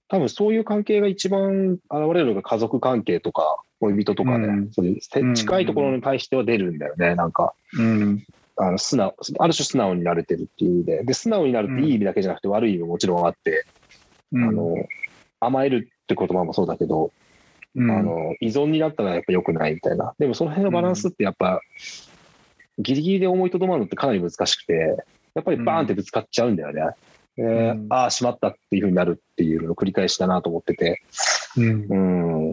B: 多分そういう関係が一番現れるのが家族関係とか、恋人とかね、
A: うん
B: そういうせ
A: うん
B: 近いところに対しては出るんだよね、なんか。
A: うん。
B: あの素直ある種素直になれてるっていう意味で。で、素直になるっていい意味だけじゃなくて悪い意味ももちろんあって、あの、甘えるって言葉もそうだけど、
A: うん、
B: あの依存になったらやっぱ良くないみたいな。でもその辺のバランスってやっぱ、ギリギリで思いとどまるのってかなり難しくて、やっぱりバーンってぶつかっちゃうんだよね。で
A: うん
B: ああ、しまったっていうふうになるっていうのを繰り返しだなと思ってて。
A: うん
B: う。ん。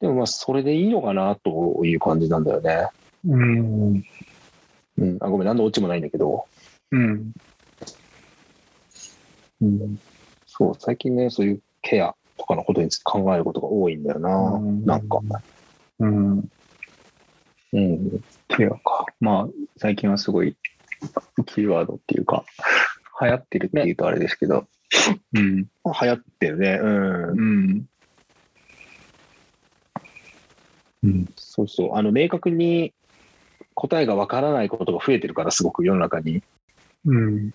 B: でもまあ、それでいいのかなという感じなんだよね。
A: うん。
B: うん。あ、ごめん、何のオチもないんだけど。
A: うん。うん。
B: そう、最近ね、そういうケアとかのことについて考えることが多いんだよな。
A: うん
B: なんか。
A: うん。
B: うん。
A: ケアか。まあ、最近はすごいキーワードっていうか、流行ってるっていうとあれですけど。うん。
B: 流行ってるね。うん。
A: うん。うん。
B: そうそう、あの明確に答えがわからないことが増えてるから、すごく世の中に。
A: うん。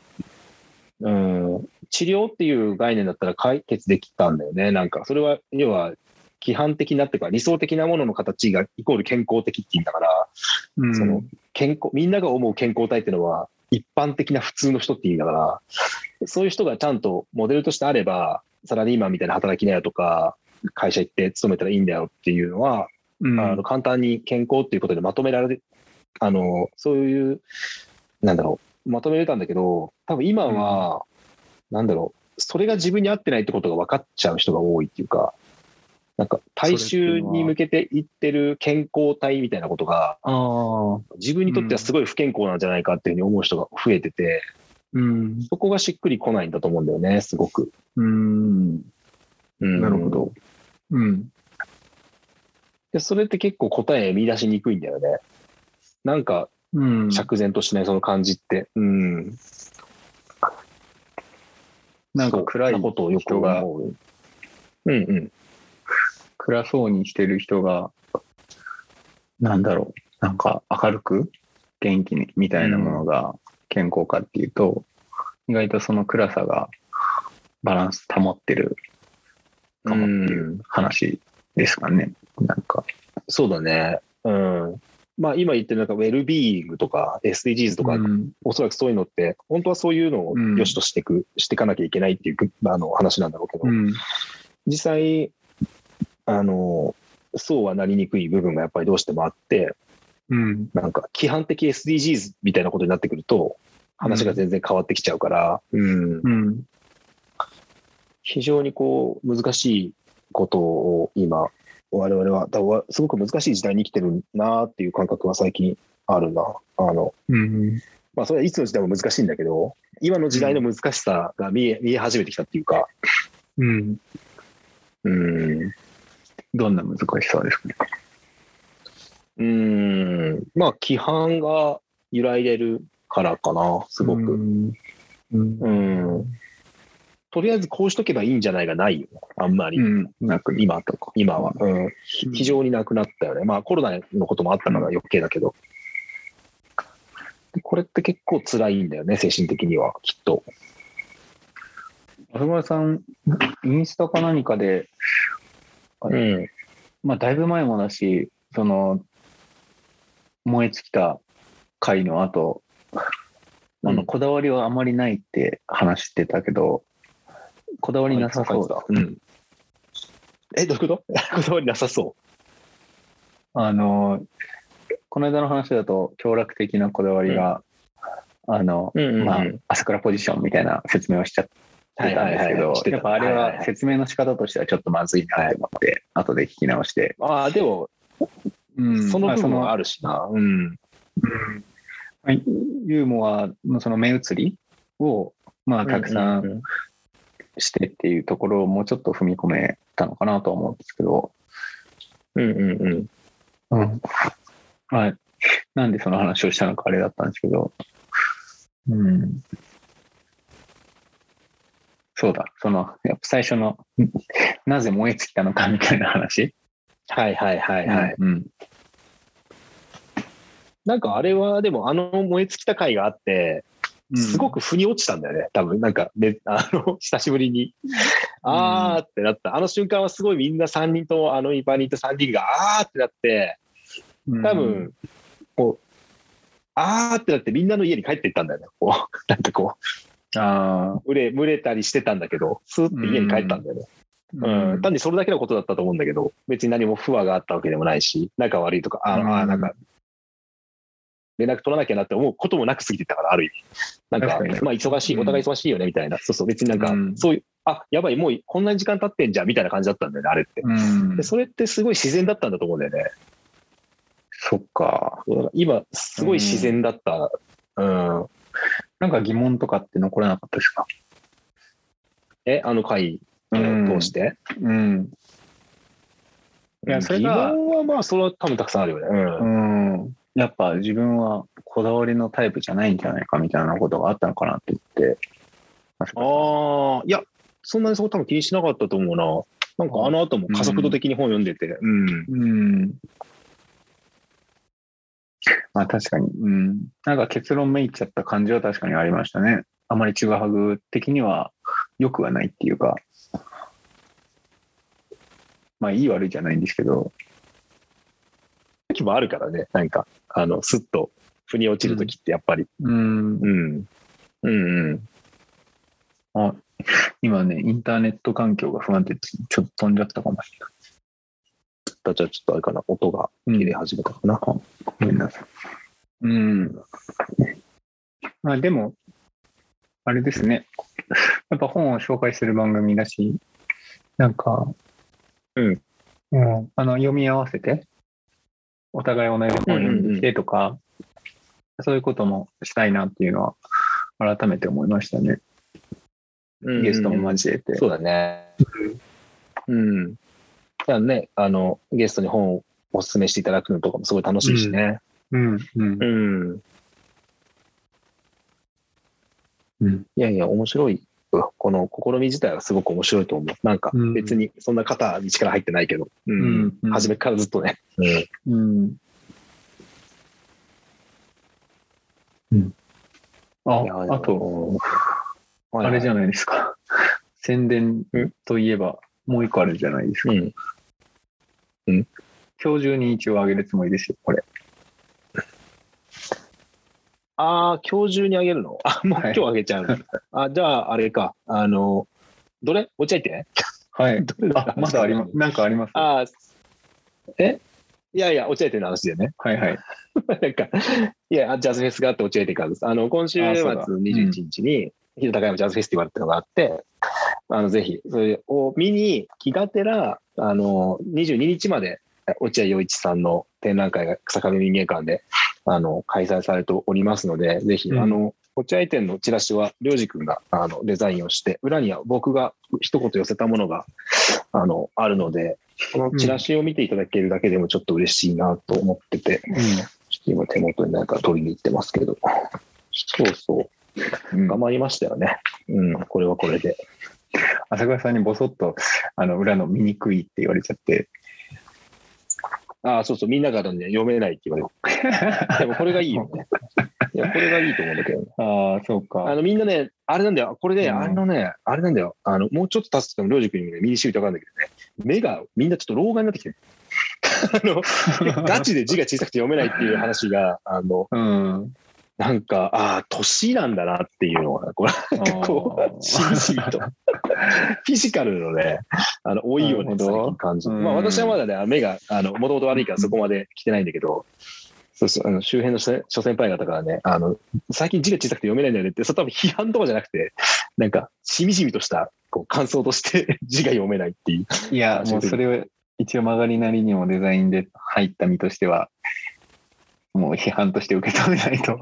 B: うん、治療っていう概念だったら解決できたんだよね、なんか、それは要は、規範的なっていうか、理想的なものの形がイコール健康的っていうんだから、
A: うん。
B: その健康みんなが思う健康体っていうのは、一般的な普通の人っていうんだから、そういう人がちゃんとモデルとしてあれば、サラリーマンみたいな働きなよとか、会社行って勤めたらいいんだよっていうのは、
A: うん
B: あの簡単に健康っていうことでまとめられて、あのそういう、なんだろう、まとめれたんだけど、多分今は、なんだろう、それが自分に合ってないってことが分かっちゃう人が多いっていうか、なんか大衆に向けていってる健康体みたいなことが、
A: ああ、
B: 自分にとってはすごい不健康なんじゃないかっていうふうに思う人が増えてて、
A: うん、
B: そこがしっくりこないんだと思うんだよね、すごく。
A: うん、
B: うん
A: なるほど。うん、
B: で、それって結構答え見出しにくいんだよね。なんか
A: うん、
B: 釈然としないその感じって。うん。
A: なんか暗
B: そう
A: い
B: なことをよく
A: 人が
B: 思う。うんうん。
A: 暗そうにしてる人が、なんだろう、なんか明るく元気にみたいなものが健康かっていうと、意外とその暗さがバランス保ってるかもっていう話ですかね。なんか。
B: そうだね。うん。まあ今言ってるなんかウェルビーイングとか SDGs とか、
A: うん
B: おそらくそういうのって、本当はそういうのを良しとしていく、していかなきゃいけないっていうあの話なんだろうけど、
A: うん
B: 実際、あの、そうはなりにくい部分がやっぱりどうしてもあって、
A: うん
B: なんか規範的 SDGs みたいなことになってくると、話が全然変わってきちゃうから、うん
A: うん
B: 非常にこう難しいことを今我々はだわすごく難しい時代に生きてるなっていう感覚は最近あるなあの、
A: うん
B: まあ、それはいつの時代も難しいんだけど今の時代の難しさが見え,、見え始めてきたっていうか、
A: うん
B: うん
A: どんな難しさですかね。
B: うんまあ規範が揺らいでるからかなすご
A: う
B: く、
A: んうん
B: うんとりあえずこうしとけばいいんじゃないがないよあんまり、
A: うんなく
B: 今とか今は、うん、ひ非常になくなったよね、まあコロナのこともあったから余計だけど、でこれって結構辛いんだよね精神的にはきっと
A: 浅村さん、インスタか何かで、
B: うん
A: まあ、だいぶ前もだし、その、燃え尽きた回の後、あ
B: う
A: の
B: ん
A: こだわりはあまりないって話してたけど、こだわりなさそうだ。
B: うんえどういうこと 断りなさそ
A: あの、この間の話だと、協力的なこだわりが、あの、
B: う、うん
A: まあ、朝倉ポジションみたいな説明をしちゃってたんですけ
B: はいはいはいは
A: ど
B: いして、た
A: やっぱあれ
B: はいはいは
A: はい説明の仕方としてはちょっとまずいなって思って、後で聞き直して。
B: あ、あでもその部分はあるしなうん
A: まあユーモアのその目移りを、まあ、たくさ
B: うん
A: んしてっていうところをもうちょっと踏み込めたのかなとは思うんですけど、
B: うんうん
A: うんはい、なんでその話をしたのかあれだったんですけど、うん、そうだ、そのやっぱ最初のんなぜ燃え尽きたのかみたいな話。
B: はいはいはいはい、
A: うん
B: なんかあれはでもあの燃え尽きた回があってすごく腑に落ちたんだよね、多分なんか、ね、あの 久しぶりに、あーってなった、あの瞬間はすごいみんな3人ともあのイバにいた3人が、あーってなって、多分、こう、あーってなって、みんなの家に帰っていったんだよね、こう、なんかこ
A: うん、ああ、
B: う、群れ群れたりしてたんだけど、スーって家に帰ったんだよね、うん単にそれだけのことだったと思うんだけど、別に何も不和があったわけでもないし、仲悪いとか、あー、
A: うん
B: あーなんか、連絡取らなきゃなって思うこともなく過ぎてたから、ある意味。なんか、
A: 確かに
B: まあ、忙しい、
A: うん
B: お互い忙しいよね、みたいな。そうそう、別になんか、
A: うん
B: そういう、あ、やばい、もうこんなに時間経ってんじゃん、みたいな感じだったんだよね、あれって。
A: うん
B: で、それってすごい自然だったんだと思うんだよね。
A: そっか。
B: そうだから今、すごい自然だった。うん。
A: なんか疑問とかって残らなかったですか
B: え、あの回を通して。
A: うん。いやそれが
B: 疑問はまあ、それは多分たくさんあるよね。うん。
A: うん。やっぱ自分はこだわりのタイプじゃないんじゃないかみたいなことがあったのかなって言って。
B: ああ、いや、そんなにそこ多分気にしなかったと思うな。なんかあの後も加速度的に本読んでて、うん。
A: うん。まあ確かに。うん。なんか結論めいっちゃった感じは確かにありましたね。あまりちぐはぐ的には良くはないっていうか。まあいい悪いじゃないんですけど。
B: 時もあるからね、なんか、あの、すっと、腑に落ちる時ってやっぱり。
A: うん。
B: うん。うんうん。
A: あ、今ね、インターネット環境が不安定です。ちょっと飛んじゃったかもしれない。
B: じゃあちょっとあれかな、音が切れ始めたかな。
A: ごめんなさい。うん。まあでも、あれですね。やっぱ本を紹介する番組だし、なんか、
B: うん。
A: うん、あの、読み合わせて、お互い同じ本を読んできてとか、そういうこともしたいなっていうのは、改めて思いましたね。ゲストも交えて。
B: そうだね。 うん。じゃあね、あの、ゲストに本をお勧めしていただくのとかもすごい楽しいしね。
A: うん、うん
B: う、ん。
A: うん。
B: いやいや、面白い。この試み自体はすごく面白いと思う。なんか
A: うん
B: 別にそんな肩に力入ってないけど、うん
A: うん
B: 初めからずっとね。うん
A: うん。うん。あ
B: いや、
A: あと、、
B: はいはい
A: あれじゃないですか。 宣伝といえば、もう一個あるじゃないですか。
B: うん。
A: 今日中に一応上げるつもりですよ、これ。
B: ああ、今日中にあげるのあ、もう
A: は
B: 今
A: い
B: 日あげちゃうの。あ、じゃあ、あれか。あの、どれ落ち合い って
A: はい。
B: どれ
A: あ、まだあります。なんかあります。は
B: あーえいやいや、落ち合いての話だよね。
A: いはい。
B: なんか、いや、ジャズフェスがあって落ち合いてからです。あの、今週
A: あ
B: 末
A: そうだ
B: 21日に、昼高山ジャズフェスティバルってのがあって、あの、ぜひ、それを見に、気がてら、あの、22日まで、落合陽一さんの展覧会が草壁民芸館で、あの、開催されておりますので、ぜひ、
A: うん
B: あの、落合店のチラシは、りょうじくんがあのデザインをして、裏には僕が一言寄せたものが、あの、あるので、このチラシを見ていただけるだけでもちょっと嬉しいなと思ってて、ちょっと今手元になんか取りに行ってますけど。そうそう。
A: うん。
B: 頑張りましたよね。うん、これはこれで。
A: 浅倉さんにボソッと、あの、裏の見にくいって言われちゃって。
B: ああ、そうそう、みんなからね、読めないって言われる。 でもこれがいいよね。いや、これがいいと思うんだけどね。
A: ああ、そう
B: あ
A: か。
B: の、みんなね、あれなんだよ。これね、
A: うん
B: あれのね、あれなんだよ。あの、もうちょっと経つとも、りょうじくんにもね、身にしみてわかるんだけどね。目が、みんなちょっと老眼になってきてる。 あの、ガチで字が小さくて読めないっていう話が、あ の、
A: うん。
B: なんか、ああ、年なんだなっていうのが、これこ
A: あー
B: う、しんしん と。フィジカルのね、あの、多いよう
A: なるほ
B: に
A: ど
B: 最近感じる。
A: うん
B: まあ私はまだね、目が、あの、もともと悪いからそこまで来てないんだけど、そうそう、あの周辺の諸諸先輩方からね、あの、最近字が小さくて読めないんだよねって、それ多分批判とかじゃなくて、なんか、しみじみとした、こう、感想として 字が読めないっていう。
A: いや、もうそれを一応曲がりなりにもデザインで入った身としては、もう批判として受け止めないと。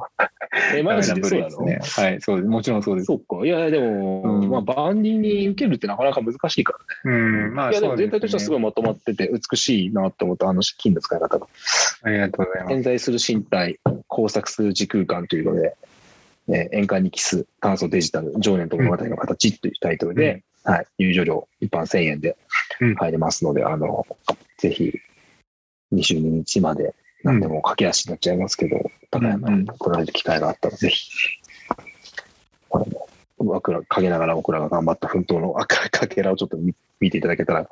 B: え、マジでそうな
A: ダ
B: の、
A: メな部類ですね。はい、そうです。もちろんそうです。
B: そうか。いや、でも、
A: うん
B: まあ、万人に受けるってなかなか難しいから。
A: うん、まあ、
B: いや、
A: そ
B: でも
A: うですね
B: 全体としてはすごいまとまってて、美しいなって思った、あの、金の使い方が。
A: ありがとうございます。
B: 点在する身体、交錯する時空間というので、えー、円環にキス、炭素デジタル、情念と物語の形というタイトルで、はい、入場料一般1000円で
A: うん
B: 入れますので、あの、ぜひ、22日まで、何でも駆け足になっちゃいますけど、高山に来られる機会があったら、ぜひ、これも、僕ら、陰ながら僕らが頑張った奮闘のあかかけらをちょっと見見ていただけたら、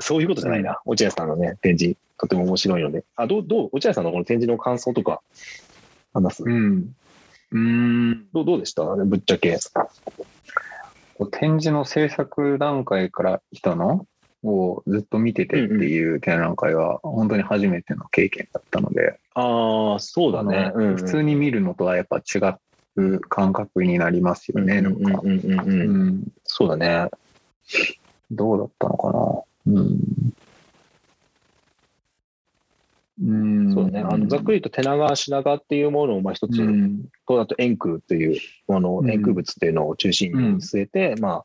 B: そういうことじゃないな、落合さんのね、展示、とても面白いので、あ、どう、どう、落合さんのこの展示の感想とか、話す。
A: うん。うん。
B: どうどうでしたぶっちゃけ。
A: 展示の制作段階から来たのをずっと見ててっていう展覧会は、本当に初めての経験だったので、
B: ああ、そうだね。うんうん
A: 普通に見るのとはやっぱ違う感覚になりますよね、
B: う
A: なんんか。
B: うんうんうん
A: う
B: うん
A: ん
B: そうだね。
A: どうだったのかな。うん。うん。
B: そうだね。あのざっくりと手長品川っていうものを、まあ一つ、
A: うん
B: とあと円空という、あの
A: うん
B: 円空物っていうのを中心に据えて、まあ、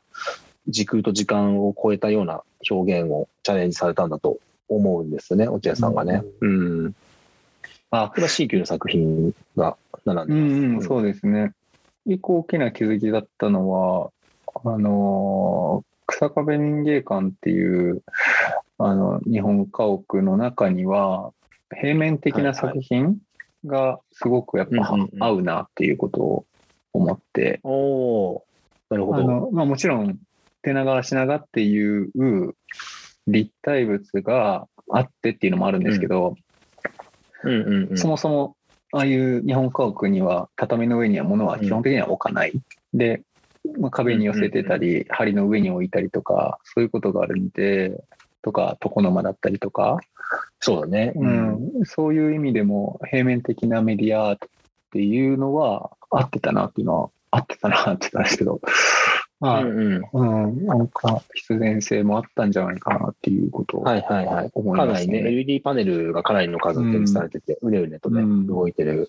B: 時空と時間を超えたような表現をチャレンジされたんだと思うんですね、落合さんがね。うん。
A: あ
B: これは C 級の作品が並
A: うん
B: でます。
A: んうん、そうですね。一個大きな気づきだったのは、あのー草壁民芸館っていうあの日本家屋の中には、平面的な作品がすごくやっぱ
B: うんうんうん
A: 合うなっていうことを思って、
B: おおなるほ
A: あ
B: ど。
A: のまあ、もちろん、手長品がっていう立体物があってっていうのもあるんですけど、
B: うんうんうん
A: そもそも、ああいう日本家屋には、畳の上には物は基本的には置かない。で、まあ、壁に寄せてたり、梁の上に置いたりとか、そういうことがあるんで、とか、床の間だったりとか、
B: そうだね。
A: う。んそういう意味でも、平面的なメディアアートっていうのは、合ってたなっていうのは、合ってたなって言ったんですけど、まあ、
B: うんうん
A: うん、なんか必然性もあったんじゃないかなっていうことを
B: はいはいはい。
A: 思い
B: か
A: ま
B: な
A: す
B: り
A: ね。
B: ね、LED パネルがかなりの数展示されてて、うねうねとね、
A: うん
B: 動いてる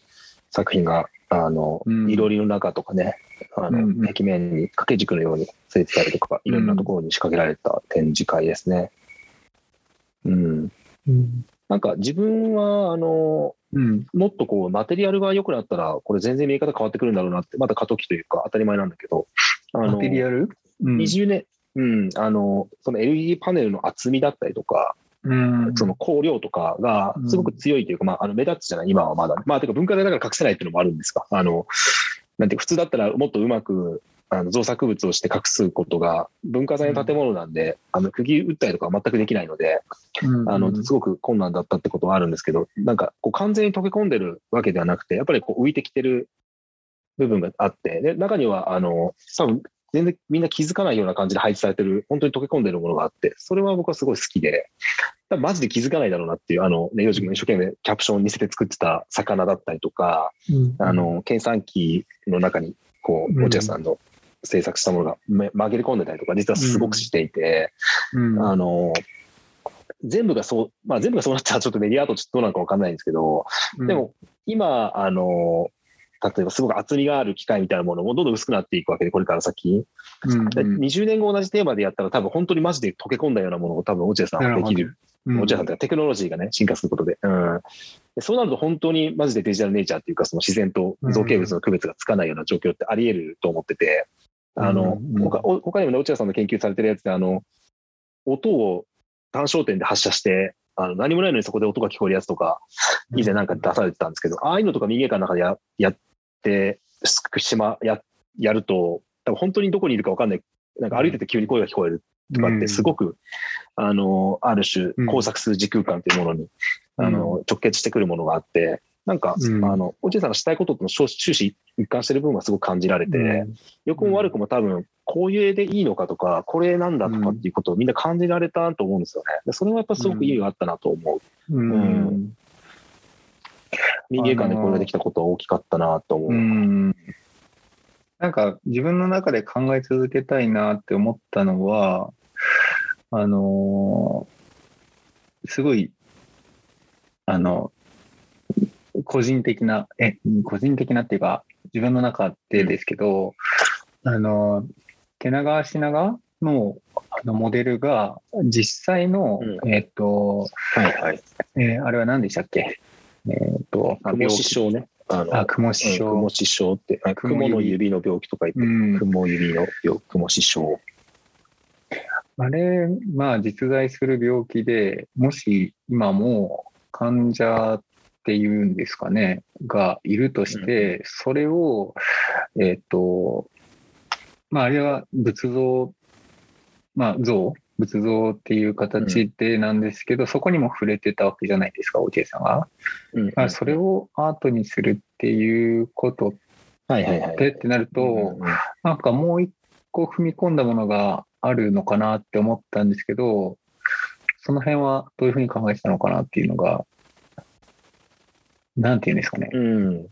B: 作品が、あの、
A: うん
B: いろりの中とかね、あの、
A: うんうん
B: 壁面に掛け軸のようについてたりとか、いろんなところに仕掛けられた展示会ですね。うん。
A: うん
B: なんか自分は、あの、
A: うん
B: もっとこう、マテリアルが良くなったら、これ全然見え方変わってくるんだろうなって、まだ過渡期というか当たり前なんだけど、あ
A: マ
B: の、
A: テリアルうん
B: 20年、うん、あの、その LED パネルの厚みだったりとか、
A: うん
B: その光量とかがすごく強いというか、まあ、あの目立つじゃない、今はまだ。まあ、てか文化財だから隠せないっていうのもあるんですが、あの、なんていうか普通だったらもっとうまく、あの造作物をして隠すことが文化財の建物なんで、あの釘打ったりとかは全くできないので、
A: うん
B: あのすごく困難だったってことはあるんですけど、なんかこう完全に溶け込んでるわけではなくて、やっぱりこう浮いてきてる部分があって、で中にはあの多分全然みんな気づかないような感じで配置されてる、本当に溶け込んでるものがあって、それは僕はすごい好きで、多分マジで気づかないだろうなっていう、あの、ね、ヨウジ君が一生懸命キャプションにせて作ってた魚だったりとか、
A: うん
B: あの、計算機の中に、こ
A: う
B: う、
A: ん
B: 落合さんの制作したものがめ紛れ込んでたりとか、実はすごくしていて、
A: うん
B: あの、全部がそう、まあ全部がそうなったらちょっとメディアアートちょっとどうなのかわかんないんですけど、でも今、あの、例えばすごく厚みがある機械みたいなものもどんどん薄くなっていくわけで、これから先。
A: うん
B: で20年後同じテーマでやったら多分本当にマジで溶け込んだようなものを多分落合さんはできる。
A: うん
B: 落合さんというかテクノロジーがね、進化することで。うん。でそうなると本当にマジでデジタルネイチャーっていうか、その自然と造形物の区別がつかないような状況ってあり得ると思ってて、あの
A: うん、
B: 他お他にもね、落合さんの研究されてるやつで、あの、音を単焦点で発射して、あの何もないのにそこで音が聞こえるやつとか、以前なんか出されてたんですけど、ああいうのとか民芸館の中でややって、ししま、や、やると、多分本当にどこにいるか分かんない。なんか歩いてて急に声が聞こえるとかってすごく、あの、ある種
A: うん、
B: 工作数時空間というものに、
A: うん
B: あの、直結してくるものがあって、なんか、
A: うん
B: あの、落合さんがしたいこととの終終始一貫してる部分はすごく感じられて、
A: うん
B: 良くも悪くも多分、こういう絵でいいのかとか、これなんだとかっていうことをみんな感じられたと思うんですよね。でそれはやっぱすごく意味があったなと思う。
A: うん
B: うん人間間でこれができたことは大きかったなと思う。
A: うんなんか自分の中で考え続けたいなって思ったのはあのーすごいあの個人的なえ個人的なっていうか自分の中でですけど、あの手長品川のあのモデルが実際の、
B: う
A: えっ、と、
B: はいはい。
A: えーあれは何でしたっけえっ、と
B: 雲師匠ね。あの、
A: あ雲師匠、
B: 雲師匠って、あ
A: 雲
B: 雲の指の病気とか言って、
A: うん
B: 雲指の病雲師匠。
A: あれ、まあ、実在する病気で、もし今も患者っていうんですかね、がいるとして、それを、えっ、と、まあ、あれは仏像、まあ、像、仏像っていう形でなんですけど、そこにも触れてたわけじゃないですか、おじいさんは。
B: うん
A: まあ、それをアートにするっていうこと
B: はいはいはい。
A: でってなると、
B: うんうん
A: なんかもう一個踏み込んだものがあるのかなって思ったんですけど、その辺はどういうふうに考えてたのかなっていうのが、なんていうんですかね。
B: うん。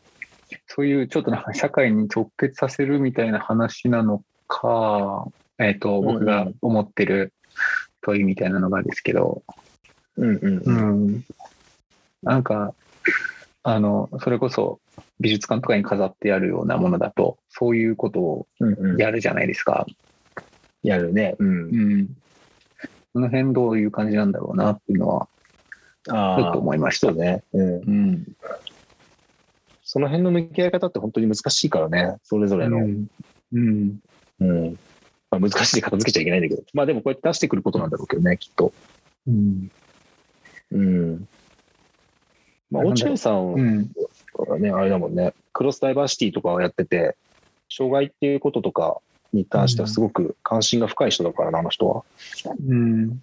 A: そういうちょっとなんか社会に直結させるみたいな話なのか、えっ、と、
B: うん
A: 僕が思ってる問いみたいなのがですけど、
B: うんうん
A: う
B: うん。
A: ん、なんかあのそれこそ美術館とかに飾ってあるようなものだとそういうことを
B: うんうん
A: やるじゃないですか、
B: やるね。うん
A: う。ん、その辺どういう感じなんだろうなっていうのは
B: あ
A: ちょっと
B: あ、
A: 思いました
B: そうね。うん。
A: うん
B: その辺の向き合い方って本当に難しいからね、それぞれ
A: う
B: の。
A: んうん
B: うん。まあ難しい片付けちゃいけないんだけど。まあでもこうやって出してくることなんだろうけどね、きっと。
A: うん
B: うん。まあ、落合さん
A: うん
B: はね、あれだもんね、クロスダイバーシティとかをやってて、障害っていうこととかに関してはすごく関心が深い人だからな、あの人は。
A: うん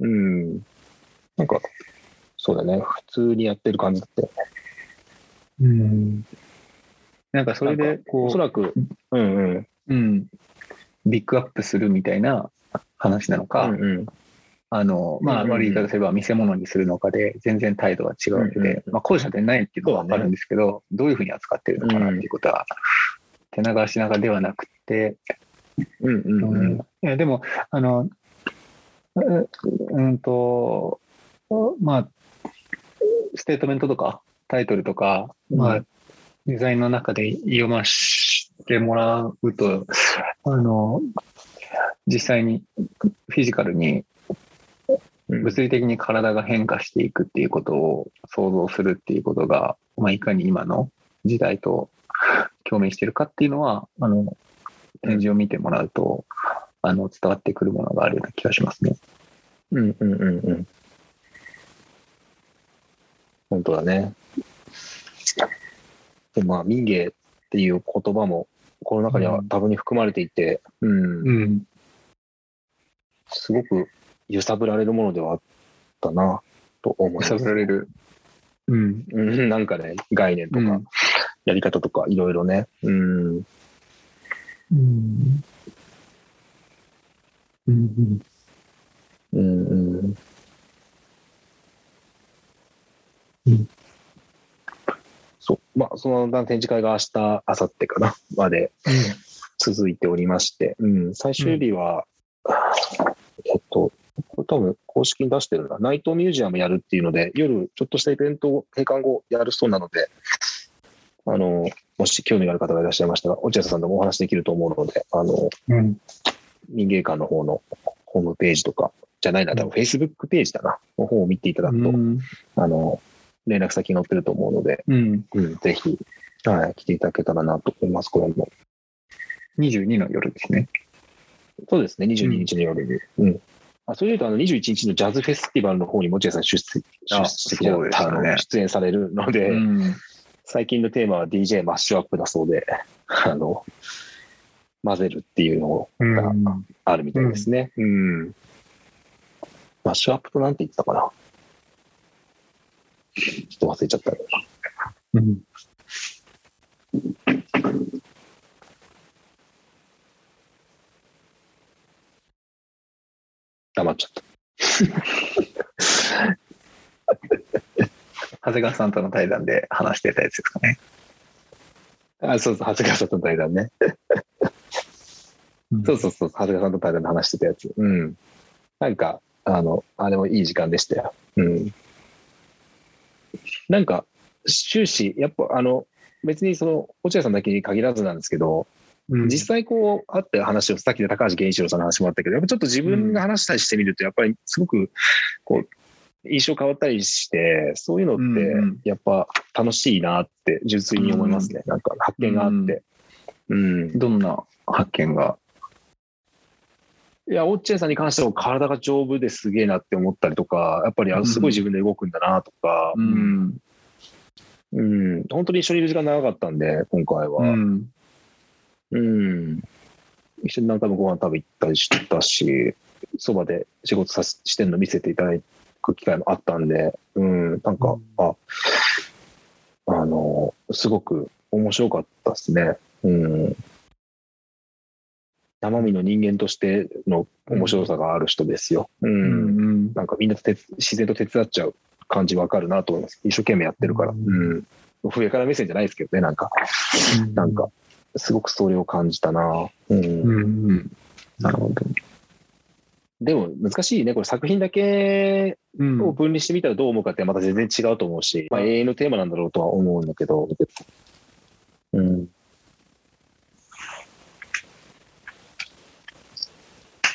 B: うん。なんか、そうだね、普通にやってる感じだって。
A: うんなんかそれでこ
B: おそらく、うんうん。
A: うん、ビッグアップするみたいな話なのか、
B: うんうん
A: あの、まあ、
B: うんうんうん
A: 悪い言い方すれば見せ物にするのかで、全然態度が違うわけ
B: うんうん
A: で、まあ、後者でないっていうのはわかるんですけど、どういうふうに扱ってるのかなっていうことは、手長足長ではなくて、
B: うんう
A: うん
B: うん
A: んいやでも、あの、ううんと、まあ、ステートメントとか、タイトルとか、ま
B: う
A: あ、デザインの中で読ましてもらうと、あの、実際にフィジカルに
B: うん
A: 物理的に体が変化していくっていうことを想像するっていうことが、まあ、いかに今の時代と共鳴してるかっていうのはあの展示を見てもらうとあの伝わってくるものがあるような気がしますね。
B: うんうんうんうん。本当だね。でまあ、民芸っていう言葉も、この中には多分に含まれていて、うん、
A: うん、
B: すごく揺さぶられるものではあったな、と思いま
A: 揺さぶ
B: す。
A: られる。うん、
B: うんなんかね、概念と
A: う
B: か
A: ん、
B: やり方とか、いろいろね。うん。
A: うん、うん、
B: うんうん。
A: うん
B: そう。まあ、その展示会が明日、明後日かな、まで続いておりまして、うん、最終日は、えっと、これ多分公式に出してるな、ナイトミュージアムやるっていうので、夜ちょっとしたイベントを閉館後やるそうなので、あの、もし興味がある方がいらっしゃいましたら、落合さんともお話できると思うので、あの、
A: うん、
B: 民芸館の方のホームページとか、じゃないな、多分 Facebook ページだな、の方を見ていただくと、あの、連絡先載ってると思うので、
A: うん、
B: うん、ぜひ、はい、来ていただけたらなと思います、これも。
A: 22の夜ですね。
B: そうですね、22日の夜に。うんあそういうと、あの21日のジャズフェスティバルの方に持谷さん出席
A: あ
B: 出席じゃなかった
A: そうでしたね
B: あの出演されるので、
A: うん
B: 最近のテーマは DJ マッシュアップだそうで、あの、混ぜるっていうのを
A: うん
B: あるみたいですね。うん。マッシュアップとなんて言ってたかなちょっと忘れちゃったけど。
A: うん
B: 黙っちゃった。
A: 長谷川さんとの対談で話してたやつですかね。
B: あ、そうそう、長谷川さんとの対談ね。そうそうそう、長谷川さんと対談で話してたやつ。うん。なんか、あの、あれもいい時間でしたよ。うん。なんか、終始、やっぱ、あの、別にその、落合さんだけに限らずなんですけど、
A: うん
B: 実際こう、会った話を、さっきの高橋源一郎さんの話もあったけど、やっぱちょっと自分が話したりしてみると、やっぱりすごく、こう、印象変わったりして、そういうの
A: うんうん
B: って、やっぱ楽しいなって、純粋に思いますね。なんか、発見があって。うん
A: どんな発見が
B: いや、落合さんに関しても体が丈夫ですげえなって思ったりとか、やっぱりあ
A: うん
B: のすごい自分で動くんだなとか、
A: うん
B: うん、本当に一緒にいる時間長かったんで、今回
A: う
B: は。
A: ん
B: うん。一緒に何回もご飯食べ行ったりしたし、そばで仕事させしてんの見せていただく機会もあったんで、うん、なんか、
A: うん
B: あ、あの、すごく面白かったですね。うん。生身の人間としての面白さがある人ですよ。
A: う
B: うん
A: ん
B: なんかみんな手自然と手伝っちゃう感じわかるなと思います。一生懸命やってるから。
A: う
B: うん。上から目線じゃないですけどね、なんか。なんか、すごくそれを感じたな。うん。
A: うんうんなるほど
B: でも難しいね。これ作品だけ
A: うん
B: を分離してみたらどう思うかってまた全然違うと思うし、まあ永遠のテーマなんだろうとは思うんだけど。うん。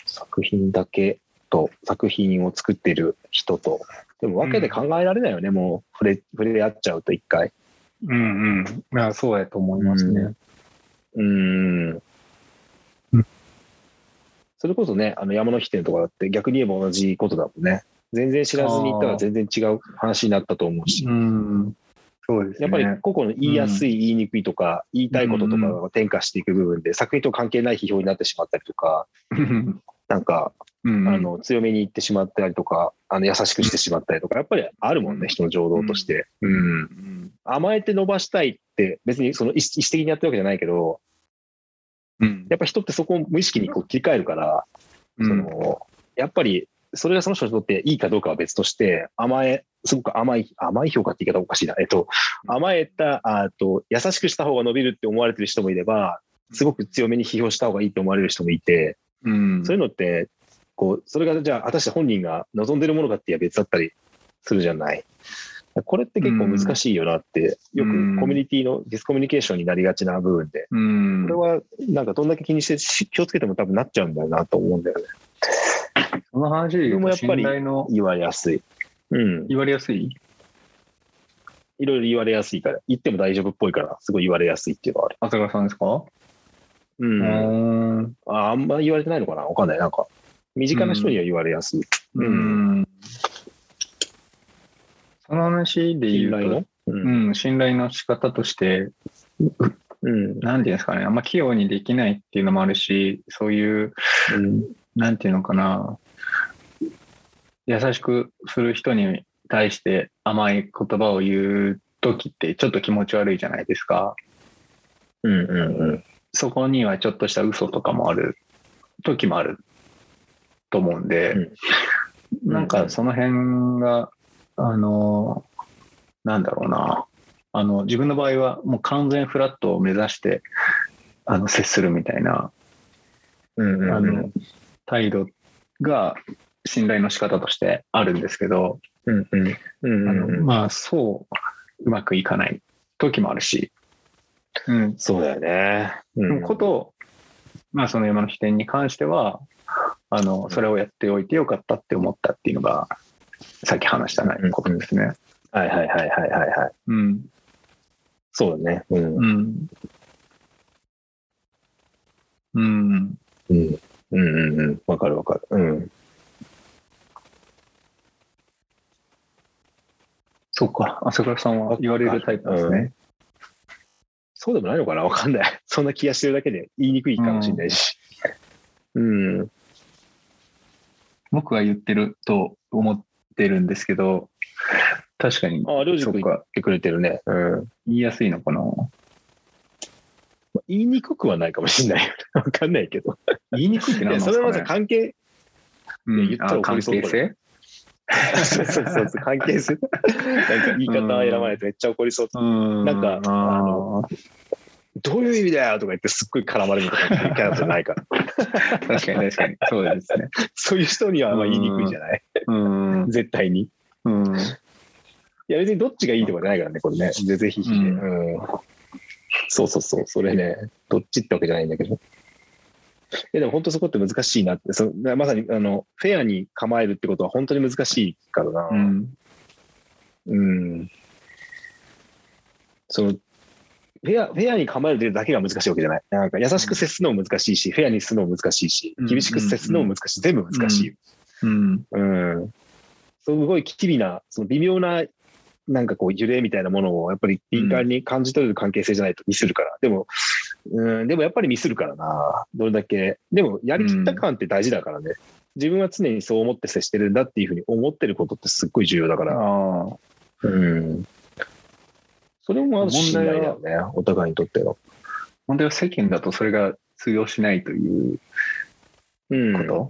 B: 作品だけと作品を作ってる人と、でも分けて考えられないよね、もう触れ触れ合っちゃうと一回。
A: うんうんあそうやと思いますね
B: うん
A: うん。
B: それこそね、あの山の日店とかだって逆に言えば同じことだもんね。全然知らずに行ったら全然違う話になったと思うし。
A: うんそうです
B: や
A: ね
B: っぱり個々の言いやすい、言いにくいとか、言いたいこととかが転化していく部分で、作品と関係ない批評になってしまったりとか、
A: うん
B: なんか、
A: うん
B: あの強めに言ってしまったりとか、あの優しくしてしまったりとか、やっぱりあるもん
A: うん
B: ね、人の情動として。
A: う
B: うん
A: ん
B: 甘えて伸ばしたいって、別にその意識意識的にやってるわけじゃないけど、
A: うん
B: やっぱ人ってそこを無意識にこう切り替えるから、
A: うん
B: そのやっぱりそれがその人にとっていいかどうかは別として、甘え、すごく甘い、甘い評価って言い方おかしいな。えっと、甘えた、あと、優しくした方が伸びるって思われてる人もいれば、すごく強めに批評した方がいいって思われる人もいて、
A: うん
B: そういうのって、こう、それがじゃあ、果たして本人が望んでるものかっていや別だったりするじゃない。これって結構難しいよなって、よ
A: う
B: く
A: ん
B: コミュニティのディスコミュニケーションになりがちな部分で、
A: うん
B: これはなんかどんだけ気にしてし気をつけても多分なっちゃうんだよなと思うんだよね。
A: その話で言う
B: 僕も
A: と
B: やっぱり
A: 信頼の
B: 言われやすい。うん。
A: 言われやすい
B: いろいろ言われやすいから、言っても大丈夫っぽいから、すごい言われやすいっていうのはある。
A: 浅川さんですか
B: う。
A: うんん
B: ああんま言われてないのかなわかんない。なんか、身近な人には言われやすい。
A: うんその話で言
B: 信
A: うと
B: 頼のう。
A: うんん、信頼の仕方として、
B: うん。
A: なんていうんですかね、あんま器用にできないっていうのもあるし、そういう、なんていうのかな、優しくする人に対して甘い言葉を言う時って、ちょっと気持ち悪いじゃないですか。
B: うん。うん。うん。
A: そこにはちょっとした嘘とかもある時もあると思うんで、
B: うん
A: なんかその辺が、あの、なんだろうな、あの、自分の場合はもう完全フラットを目指して、あの、接するみたいな、
B: うん。
A: あ
B: うん。
A: の、態度が信頼の仕方としてあるんですけど、
B: うん。うん。うん。
A: あ
B: うん。
A: の
B: うん。
A: まあ、そう、うまくいかない時もあるし、うん、
B: そうだよね。う
A: でも
B: ん。
A: こと、まあ、その山の視点に関してはあのそれをやっておいてよかったって思ったっていうのがさっき話したないことですね。
B: はいはいはいはいはいはい。
A: うん
B: そうだね。うん。
A: うんうん
B: うん。うんうんうん。わかるわかる。うん。
A: そっか浅倉さんは言われるタイプなんですね。
B: そうでもないのかなわかんない。そんな気がしてるだけで言いにくいかもしれないし。うん。
A: 僕は言ってると思ってるんですけど確かに
B: ああ、りょうじ
A: そ
B: く
A: っ
B: ん言っ
A: か
B: てくれてるね。うん。
A: 言いやすいのかな
B: 言いにくくはないかもしれないよね。 わかんないけど。
A: 言いにくいって
B: い
A: 何
B: や、
A: なんで
B: そ
A: す
B: れ
A: か
B: はさ、
A: ね
B: 関係、
A: うん
B: 言ったら
A: あ
B: 怒
A: 関
B: りそう
A: 係性
B: そうそうそう、関係 する。なんか言い方選ばないとめっちゃ怒りそう。
A: うん
B: なんかあ
A: の
B: どういう意味だよとか言ってすっごい絡まれるとかっていうキャラじゃないから。
A: 確かに確かにそうですね。
B: そういう人にはあんま言いにくいじゃない
A: うん
B: 絶対に。い
A: うん
B: や、別にどっちがいいとかじゃないからね、これね。ぜひひいひいで。
A: うん
B: うんそうそうそう、それね、どっちってわけじゃないんだけど。いやでも本当そこって難しいなって、そのまさにあのフェアに構えるってことは本当に難しいからな。
A: うん
B: うんそのフェアフェアに構えるだけが難しいわけじゃない。なんか優しく接するのも難しいし、フェアにするのも難しいし
A: うん、
B: 厳しく接するのも難しい、全部難しい。
A: うん
B: うん。すごい機微な、その微妙な、なんかこう揺れみたいなものをやっぱり敏感に感じ取れる関係性じゃないとミスるから。でも、うん、でもやっぱりミスるからな。どれだけ。でもやりきった感って大事だからね。自分は常にそう思って接してるんだっていうふうに思ってることってすっごい重要だか
A: あ
B: ら。
A: あ
B: うん。それもあるし、
A: 問
B: 問
A: 題
B: 題
A: は
B: だよね。お互いにとっての。
A: 問題は世間だとそれが通用しないという
B: うん
A: こ
B: こと
A: と、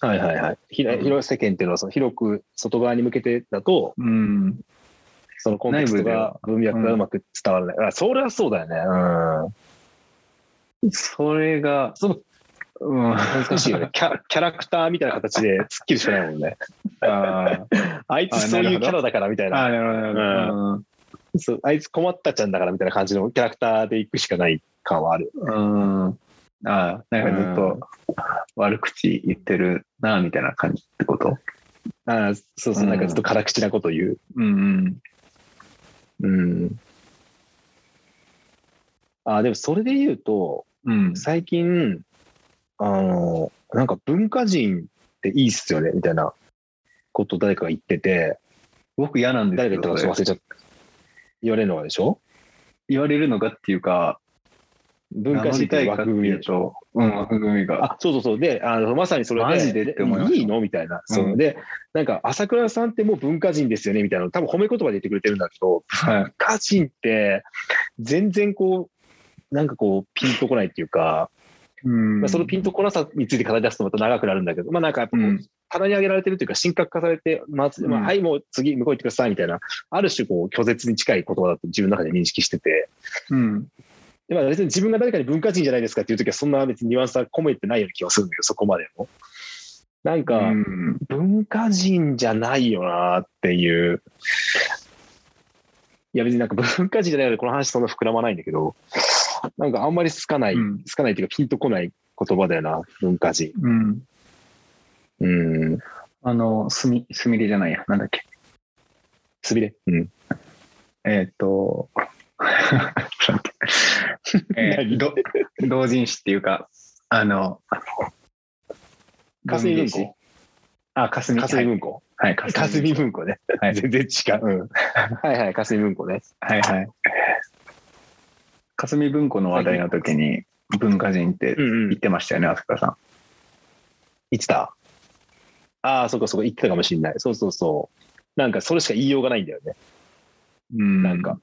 B: とはいはいはい。ひら
A: うん
B: 広い世間っていうのはその広く外側に向けてだと、
A: うん
B: そのコンテクストが、文脈がうまく伝わらない。あそれはそうだよね。うん。
A: それが、
B: その
A: うん、
B: 難しいよ ね。キャキャラクターみたいな形ですっきりしかないもんね。
A: あ
B: あい
A: あ
B: つそうい
A: なるほど
B: うキャラだからみたい
A: あ
B: な。
A: なるほどなるほど
B: そうあいつ困ったちゃんだからみたいな感じのキャラクターで行くしかない感はある。
A: うん、うん、ああなんかずっと悪口言ってるなみたいな感じってこと
B: ああそうそう、
A: うん
B: なんかずっと辛口なこと言う。
A: うん
B: うん。ああ、でもそれで言うと、
A: うん
B: 最近、あの、なんか文化人っていいっすよね、みたいなこと誰かが言ってて、
A: 僕嫌なんです
B: 誰
A: け
B: が言った
A: ど
B: かちょっと忘れちゃった。言われるのがでしょ
A: 言われるのがっていうか
B: 文化人っていう枠組みでしょ。
A: ょうん枠組みが
B: あそうそうそう。で、あのまさにそれで、
A: マジでって思いました
B: いいのみたいな。そう
A: うん
B: で、なんか、朝倉さんってもう文化人ですよねみたいなの、多分褒め言葉で言ってくれてるんだけど、
A: はい
B: 文化人って、全然こう、なんかこう、ピンとこないっていうか、
A: うん
B: まあ、そのピンとこなさについて語り出すとまた長くなるんだけど、まあなんかやっぱこう、
A: うん
B: 棚に上げられてるというか、神格化されて、まあ、まあ
A: うん
B: はい、もう次、向こう行ってくださいみたいな、ある種こう、拒絶に近い言葉だと自分の中で認識してて、
A: うん。
B: でまあ、別に自分が誰かに文化人じゃないですかっていう時は、そんな別にニュアンスは込めてないような気がするんだけど、そこまでも。なんか、
A: うん
B: 文化人じゃないよなっていう。いや別になんか文化人じゃないのでこの話そんな膨らまないんだけど、なんかあんまり好かない、
A: うん
B: 好かないっていうかピンとこない言葉だよな、文化人。
A: うん。
B: うん。
A: あの、すみ、すみれじゃないや。なんだっけ。
B: すびれ。うん。
A: えーっと、 えー
B: 何
A: ど同人誌っていうか、あの、
B: かすみ文庫。
A: あ、かすみ。
B: かすみ文庫。
A: はい、はい
B: か
A: か
B: す
A: す
B: み
A: み。
B: 文庫ね。
A: はい
B: 全然違う。うん。はいはい、かすみ文庫ね。
A: はいはい。かすみ文庫の話題の時に、文化人って
B: ん
A: 言っ。てましたよね、あすかさ
B: 言ってたああ、そっかそっか、言ってたかもしれない。そうそうそう。なんかそれしか言いようがないんだよね。
A: ん。うん
B: なんか。、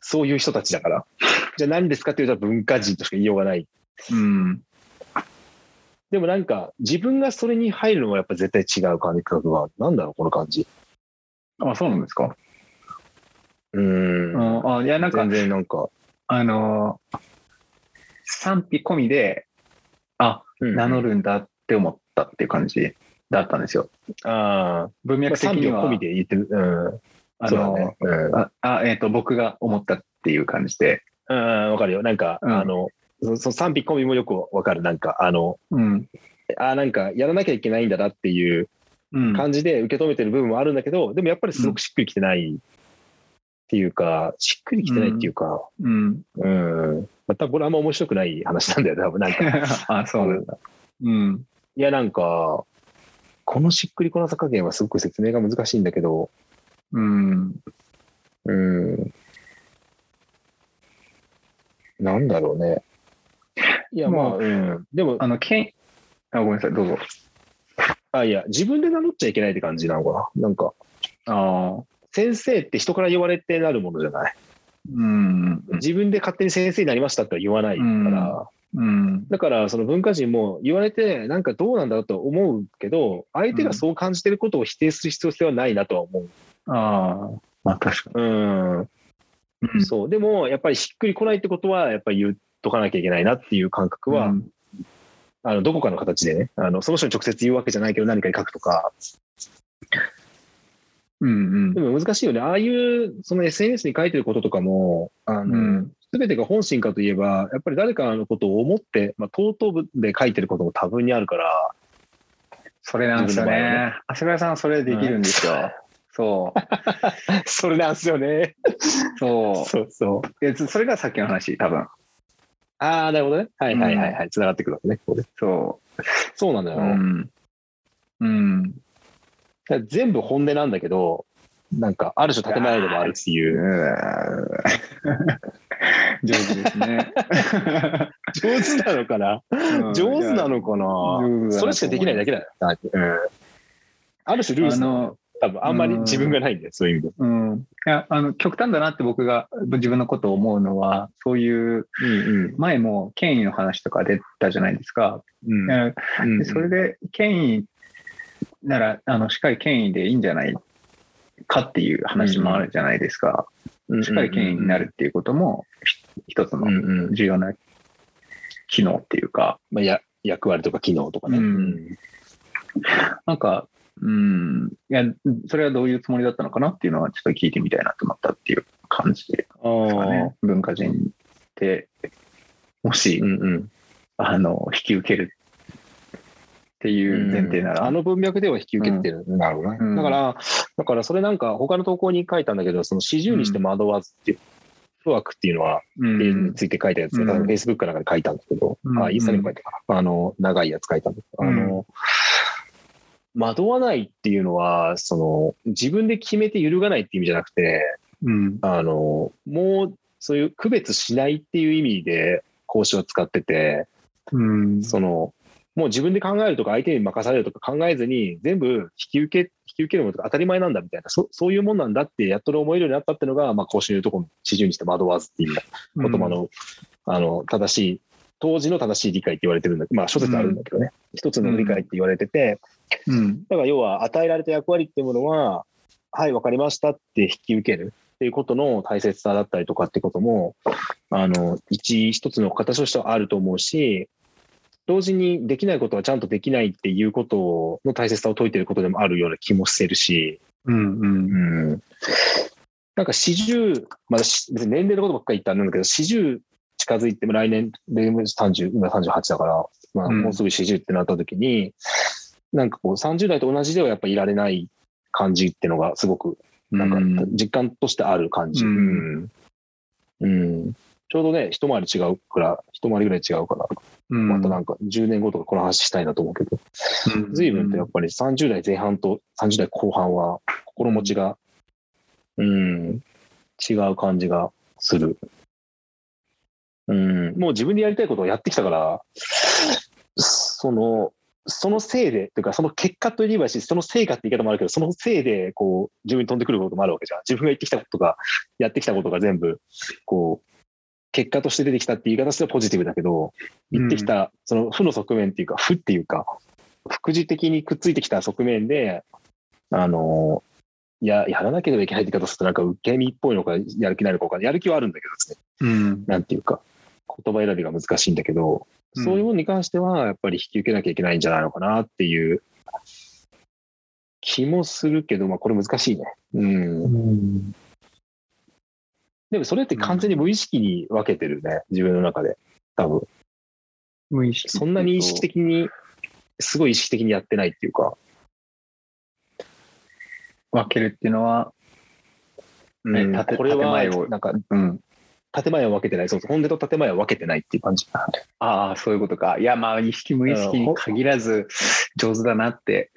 B: そういう人たちだから。 じゃあ何ですかって言うと文化人としか言いようがない。
A: うん。
B: でもなんか、自分がそれに入るのはやっぱ絶対違う感覚がある。なんだろう、この感じ。
A: あ、そうなんですか。
B: う
A: う
B: ー。
A: んん。あ、いや、なんか
B: 全、然なんか、
A: あのー、賛否込みで、あ、名乗
B: る。
A: るんだって思ったっていう感じだったんですよ。
B: ああ。
A: 文
B: ま
A: 脈的
B: あ賛否
A: に
B: を
A: は、
B: 込みで言ってる。うん。
A: あ
B: そうだ
A: の、
B: ね。うん。
A: ああえっ、と、僕が思ったっていう感じで、
B: うん、わかるよ。なんか、
A: うん
B: あの、そその賛否込みもよくわかる。なんか、あの、
A: うん。
B: ああ、なんか、やらなきゃいけないんだなっていう
A: うん。
B: 感じで受け止めてる部分もあるんだけど、でもやっぱりすごくしっくりきてないっていうか、しっくりきてないっていうか、
A: うん、
B: うん。またこれあんま面白くない話なんだよね、多分なんか。
A: あ、そうなんだ。うん。
B: いや、なんか、このしっくりこなさ加減はすごく説明が難しいんだけど、
A: うん。
B: うん。なんだろうね。いや、まあ、
A: まあ
B: うん。でも、
A: あの、けん、あ、ごめんなさい、どうぞ。
B: あ、いや、自分で名乗っちゃいけないって感じなのかな。なんか、
A: ああ。
B: 先生って人から言われてなるものじゃない。
A: うん。
B: 自分で勝手に先生になりましたとは言わないから、
A: うんうん。
B: だから、その文化人も言われて、なんかどうなんだろうと思うけど、相手がそう感じてることを否定する必要性はないなとは思う。
A: ああ。まあ、確か
B: うん。
A: に。
B: そう。でも、やっぱりしっくりこないってことは、やっぱり言っとかなきゃいけないなっていう感覚は、
A: うん
B: あのどこかの形でねあの、その人に直接言うわけじゃないけど、何かに書くとか、
A: うん
B: で。も難しいよね。ああいう、その SNS に書いてることとかも、あ
A: う
B: の、
A: ん。
B: すべてが本心かといえば、やっぱり誰かのことを思って、まあ、尊ぶで書いてることも多分にあるから、
A: それなんですよ
B: 自分の場合
A: ね。あすがさん、それできるんですよ。そう。
B: それなんすよね。
A: そう。
B: そうそう。
A: えそれがさっきの話、多分。
B: ああ、なるほどね。はいはいはいはい。繋がってくるわけね。ここで
A: そ
B: そうなんだ
A: う。
B: よ。
A: うん。うん。
B: だから全部本音なんだけど、なんか、ある種建前でもあるっていう。
A: 上手ですね。
B: 上手なのかな上手なのか
A: 上手だなと思いま
B: な
A: す
B: それしかできないだけだよ。うんある種ルー
A: あ
B: ルの
A: の、
B: 多分あんまり自分がないんだよ、そういう意味で。
A: うん。いや、あの、極端だなって僕が自分のことを思うのは、そういう、
B: うん
A: 前も権威の話とか出たじゃないですか。
B: うん
A: え
B: うん
A: でそれで、権威なら、あの、しっかり権威でいいんじゃないかっていう話もあるじゃないですか。しっかり権威になるっていうことも、一つ
B: う
A: の
B: んうん
A: 重要な機能っていうか、
B: まあや役割とか機能とかね。
A: う
B: うんん
A: なんか、うん、いや、それはどういうつもりだったのかなっていうのは、ちょっと聞いてみたいなと思ったっていう感じで
B: あ
A: すか
B: ー
A: ね。文化人って、もし、
B: うんうん
A: あの、引き受けるっていう前提なら、
B: あの文脈では引き受けてる。なるほどね
A: うん
B: だから、だからそれなんか他の投稿に書いたんだけど、その四十にして惑わずっていう。不惑っていうのは、
A: うん
B: 例について書いたやつ、
A: うん
B: 多分 Facebook かなんかで書いたんだけど、
A: うん
B: あ、インスタにも書いたかな。あの、長いやつ書いたんだけど、あの、惑わないっていうのは、その、自分で決めて揺るがないって意味じゃなくて、
A: うん
B: あの、もう、そういう区別しないっていう意味で、講師を使ってて、
A: うん
B: その、もう自分で考えるとか、相手に任されるとか考えずに、全部引き受け、引き受けるものとか当たり前なんだみたいな、そそういうもんなんだって、やっと思えるようになったっていうのが、まあ、講師の言うところの、四十にして惑わずっていう意味だ言葉のあの、正しい、当時の正しい理解って言われてるんだけど、まあ諸説あるんだけどね、一つの理解って言われてて、
A: うん。
B: だから要は与えられた役割っていうものは、はい、わかりましたって引き受けるっていうことの大切さだったりとかってことも、あの、一、一つの形としてはあると思うし、同時にできないことはちゃんとできないっていうことの大切さを説いてることでもあるような気もしてるし、
A: うん。うん。
B: うんなんか四十、まあ、し別に年齢のことばっかり言ったらなんだけど、四十近づいて、来年、例年30、今38だから、まあ、
A: うん
B: もうすぐ四十ってなった時に、なんかこう30代と同じではやっぱいられない感じってのがすごく、なんか実感としてある感じ。
A: うん
B: うんうんちょうどね、一回り違うから、一回りぐらい違うから、
A: うん、
B: またなんか10年後とかこの話したいなと思うけど、随分とやっぱり30代前半と30代後半は心持ちが、うん、違う感じがする。うん、もう自分でやりたいことをやってきたから、その、そのせいで、というか、その結果と言えばいいし、その成果って言い方もあるけど、そのせいで、こう、自分に飛んでくることもあるわけじゃん。自分が言ってきたことが、やってきたことが全部、こう、結果として出てきたって言い方としてはポジティブだけど、言ってきた、その負の側面っていうか、負っていうか、副次的にくっついてきた側面で、あの、いや、やらなければいけないって言い方すると、なんか受け身っぽいのか、やる気ないのか分かんないやる気はあるんだけどですね、
A: うん、
B: なんていうか、言葉選びが難しいんだけど、
A: うん
B: そういうものに関しては、やっぱり引き受けなきゃいけないんじゃないのかなっていう気もするけど、まあ、これ難しいね。うん。
A: うん
B: でも、それって完全に無意識に分けてるね、自分の中で、多分。
A: 無意識
B: そんなに意識的に、すごい意識的にやってないっていうか。
A: 分けるっていうのは、
B: うん
A: ね建
B: これ
A: 建
B: は
A: 前を
B: なんか
A: うん、
B: 建前は分けてないそうそう本音と建前は分けてないっていう 感じ
A: ああそういうことかいやまあ意識無意識に限らず上手だなって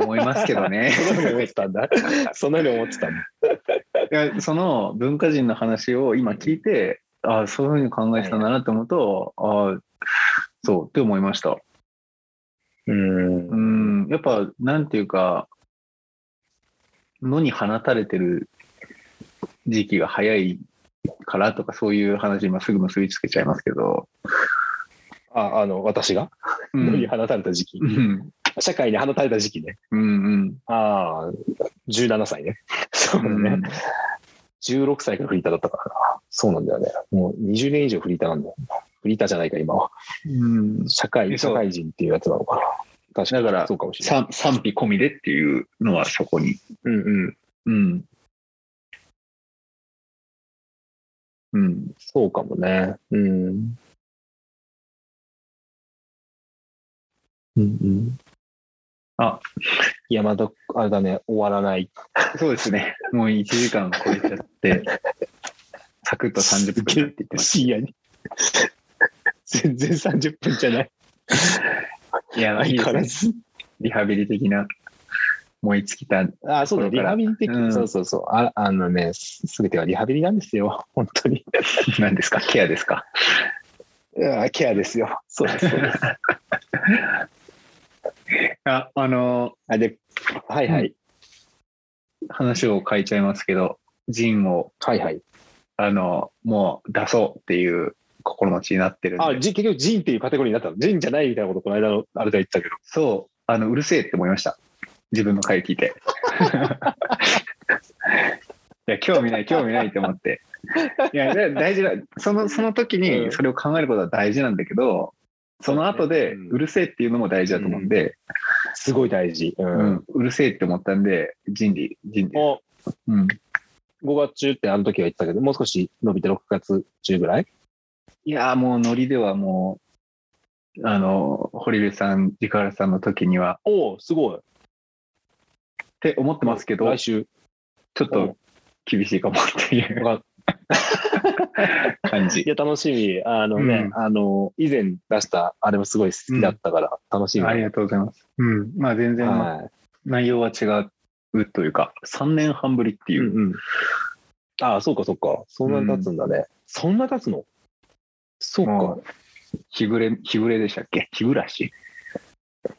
A: 思いますけどね
B: そんなふうに思ってたんだそんなふうに思ってたんだ
A: いやその文化人の話を今聞いてああそういうふうに考えてたんだなって思うと、ああそうって思いました
B: うん
A: うんやっぱなんていうか野に放たれてる時期が早いからとかそういう話今すぐ結びつけちゃいますけど、
B: ああの私が
A: う
B: 野に
A: ん
B: 放たれた時期、
A: うん
B: 社会に放たれた時期ね
A: うん
B: ああ17歳ね そう
A: う
B: だ
A: ん
B: ね、16歳からフリーターだったからなそうなんだよねもう20年以上フリーターなんだよフリーターじゃないか今は
A: うん
B: 社会
A: そ
B: 社
A: う
B: 会人っていうやつなのかな確かに
A: だから
B: そうかもしれない
A: 賛賛否込みでっていうのはそこに。
B: うんうん
A: うん。うん。
B: そうかもね。うん。うんうん。
A: あ、
B: いや、まだ、あれだね、終わらない。
A: そうですね。もう1時間超えちゃって、サクッと30分って言ってまし
B: 深夜に。 全然30分じゃない。
A: た。いや、
B: 相
A: いい
B: 変わら
A: ですね
B: ず。
A: リハビリ的な燃え尽きた。
B: あ、そう
A: こ
B: だ、
A: れ
B: リ
A: から
B: ハビリ的、
A: うん
B: そうそうそう。ああのね、すすべてはリハビリなんですよ。本当に。
A: 何ですかケアですか
B: うんケアですよ。そうです、そうです。
A: あ、あの
B: あで、はいはい。
A: 話を変えちゃいますけど、ジンを、
B: はいはい。
A: あのもう出そうっていう心持ちになってるんで。
B: あ、じ結局、ジンっていうカテゴリーになったの。ジンじゃないみたいなこと、この間のあれで言ったけど。
A: そう、あの、うるせえって思いました。自分の回聞いて。 いや、興味ない、興味ないって思って。いや、だ大事だ。その、その時
B: うん
A: にそれを考えることは大事なんだけど、その後で、
B: うん
A: うるせえっていうのも大事だと思うんで、
B: すごい大事。う。
A: うんん、うるせえって思ったんで、人理、人理。
B: お
A: うん。
B: 5月中ってあの時は言ってたけど、もう少し伸びて6月中ぐらい
A: いやー、もうノリではもう、あの、堀部さん、直原さんの時には、
B: おお、すごい。
A: って思ってますけど、
B: 来
A: ち
B: 週。
A: ょっと厳しいかもっていう
B: わか
A: 感
B: い
A: じ。
B: や、楽しみ。あのね、あの、以前出した、あれもすごい好きだったから、楽しみ。
A: ありがとうございます。うん。まあ全然、
B: は
A: 内容は違うというか、3年半ぶりって
B: い。
A: いう。
B: うんうん。ああ、そうか、そうか。そんなに経つんだね。そんな経つのそう
A: も
B: か。
A: 日暮れ、日暮れでしたっけ日暮らし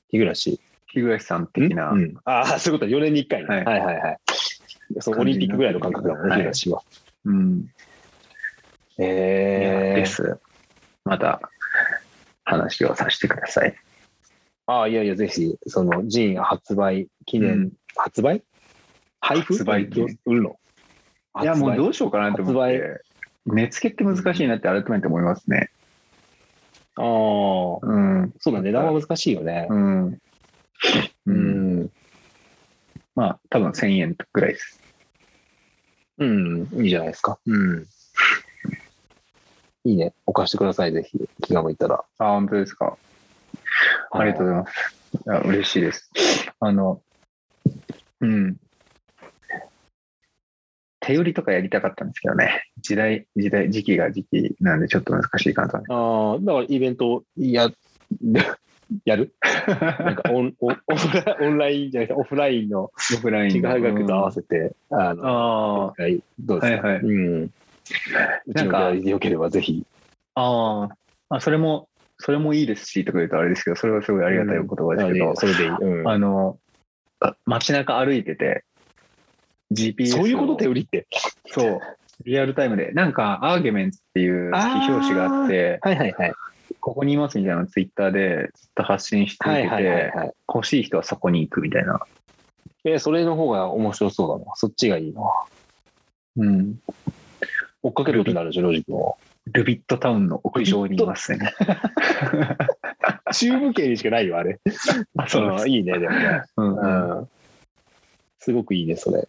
B: 日暮らし。
A: 日暮らしさん的な。
B: うんああ、そういうこと、4年に1回ね、
A: はい
B: はいはいはい。そうオリンピックぐらいの感覚だもんね、
A: はい
B: 日暮らしは。
A: うん。いや
B: え
A: で
B: ー、
A: す。また話をさせてください。
B: ああ、いやいや、ぜひ、その、ジーン発売記念、
A: うん
B: 発売配布
A: 発売記念
B: どう売るの
A: いや、もう
B: 発売
A: どうしようかなと思って
B: 発。
A: 目付けって難しいなって改めて思いますね。
B: ああ、
A: うん。
B: そうだ、値段は難しいよね
A: う。ん。う。
B: うんん。
A: まあ、多分1000円くらいです。
B: うん、いいじゃないですか。うん。いいね。お貸してください、ぜひ。気が向いたら。
A: あ、本当ですか。ありがとうございます。いや嬉しいです。あの、うん。手売りとかやりたかったんですけどね。時代、時代、時期が時期なんでちょっと難しいかなと思い
B: ああ、だからイベントや、やるな
A: ま
B: んかオンオンオフラオンラインじゃなくてオフラインの
A: す。オフライン
B: 幾
A: の
B: 何学と合わせて、あ
A: うん
B: の、
A: あ
B: 一回どうですか、
A: はいはい
B: うん。うちの代でよければぜひ。
A: あ、ああ。あ、それも、それもいいですし、とか言うとあれですけど、それはすごいありがたいお言葉ですけど、
B: あそれでいい。うん
A: あの、あ街中歩いてて、GPS を
B: そういうこと手売りって。
A: そう。リアルタイムで。なんか、アーゲメンツっていう非表紙があって、
B: はいはいはい。
A: ここにいますみたいなのツイッターでずっと発信し続
B: は
A: け
B: い
A: て、
B: はいはい、はい。
A: 欲しい人はそこに行くみたいな。
B: えーそれの方が面白そうだな。そっちがいいな。
A: うん。
B: 追っかけることになるでしょ、ロジ君を。
A: ルビットタウンの屋上にいますね。
B: 中部圏にしかないよ、あれ。
A: あ、
B: あー。いいね、でもね。
A: うん
B: う
A: うん。
B: ん。すごくいいね、それ。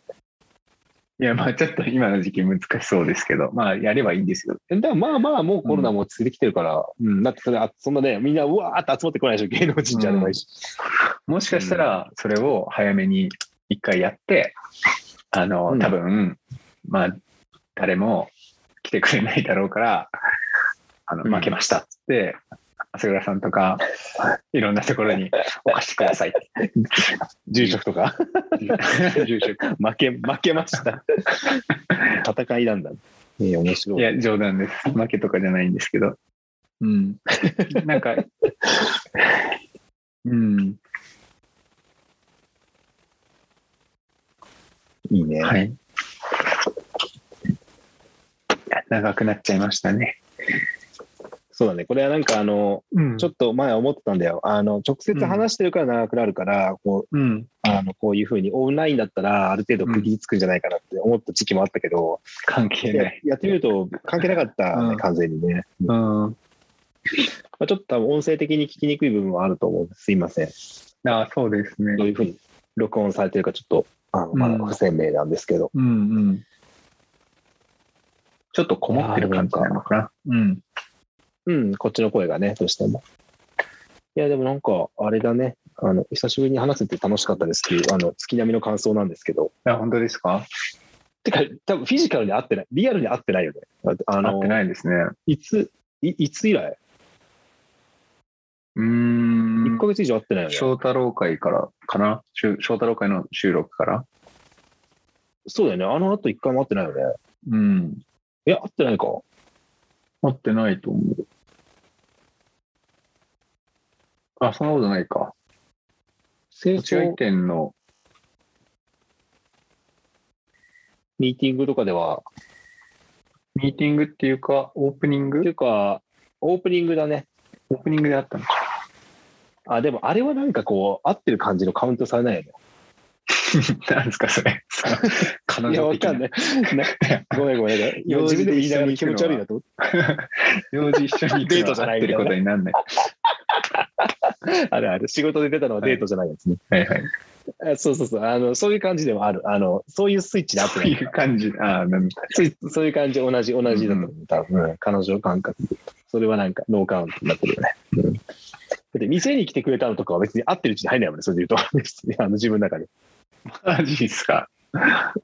A: いや、まあちょっと今の時期難しそうですけど、まあやればいいんですよ。
B: でもまあまあ、もうコロナも落ち着いてきてるから、うん、だってそれ、あそんなね、みんなうわーって集まってこないでしょ、芸能人じゃないし。
A: もしかしたら、それを早めに一回やって、あ
B: う
A: の、
B: ん
A: 多分、まあ、誰も来てくれないだろうから、あの、
B: うん
A: 負けましたっつって、朝倉さんとか、いろんなところにお貸してくださいって
B: 住職とか、
A: いう住 職。
B: 負け、負けました。戦いなんだ。ええ面白
A: い
B: い。
A: や、冗談です。負けとかじゃないんですけど。 うん。なんか、うん。
B: いいね。
A: はい。長くなっちゃいましたね。
B: そうだね。これはなんか、あの、
A: うん
B: ちょっと前思ってたんだよ。あの、直接話してるから長くなるから、こう、
A: うん。
B: あの、こういうふうにオンラインだったら、ある程度区切りつくんじゃないかなって思った時期もあったけど、
A: 関係
B: いや
A: ない。
B: やってみると関係なかったね、
A: うん
B: 完全にね。ま
A: うん。
B: あ、ちょっと多分音声的に聞きにくい部分はあると思うんです。すいません。
A: あそうですね。
B: どういうふうに録音されてるかちょっと、あのまだ不鮮明なんですけど。
A: うんうん。ちょっとこもってる感じなのかな。うん。
B: うん、こっちの声がね、どうしても。いや、でもなんか、あれだね。あの、久しぶりに話せて楽しかったですっていう、あの、月並みの感想なんですけど。
A: あ、本当ですか
B: てか、多分フィジカルに合ってない。リアルに合ってないよね。だってあ
A: 合っ
B: の
A: て、ないですね。
B: いつ、いいつ以来
A: うー
B: ?1
A: ん
B: ヶ。月以上会ってないよね。
A: 翔太郎会からかなしゅ翔太郎会の収録から
B: そうだよね。あの後一回も会ってないよね。
A: うん。
B: え、会ってないか。
A: 合ってないと思う。あ、そんなことないか。
B: 成
A: 立ち会
B: 長
A: い店の、
B: ミーティングとかでは、
A: ミーティングっていうか、オープニン
B: ってい
A: グ
B: うか、オープニングだね。
A: オープニングであったの か。
B: あ、でもあれはなんかこう、合ってる感じのカウントされないよね。
A: なんですか、そ れ。彼
B: いや、
A: 女
B: わ
A: 的
B: かんない。 なごめんごめんなんか。今
A: 用
B: 自
A: 事
B: 分
A: で
B: で言い
A: 一
B: な
A: 緒
B: がら
A: に行く
B: 気
A: の
B: 持
A: は
B: ち悪いなと思っ
A: 用事一緒に行くのは
B: デートじゃない
A: 合ってることになんない。
B: て。あれあれ、仕事で出たのはデートじゃないやつね。
A: はいはい。
B: あそうそうそう。あの、そういう感じでもある。あの、そういうスイッチで合って
A: そ
B: な
A: う
B: い
A: いう感じ。ああ、なんだ。
B: スイッチ そういう感じ、同じ、同じだと思う。多分、うん彼女感覚。それはなんか、ノーカウントになってるよね。うんだって店に来てくれたのとかは別に合ってるうちに入んないもんね、それで言うと。 別にあの自分の中で。
A: マジですか。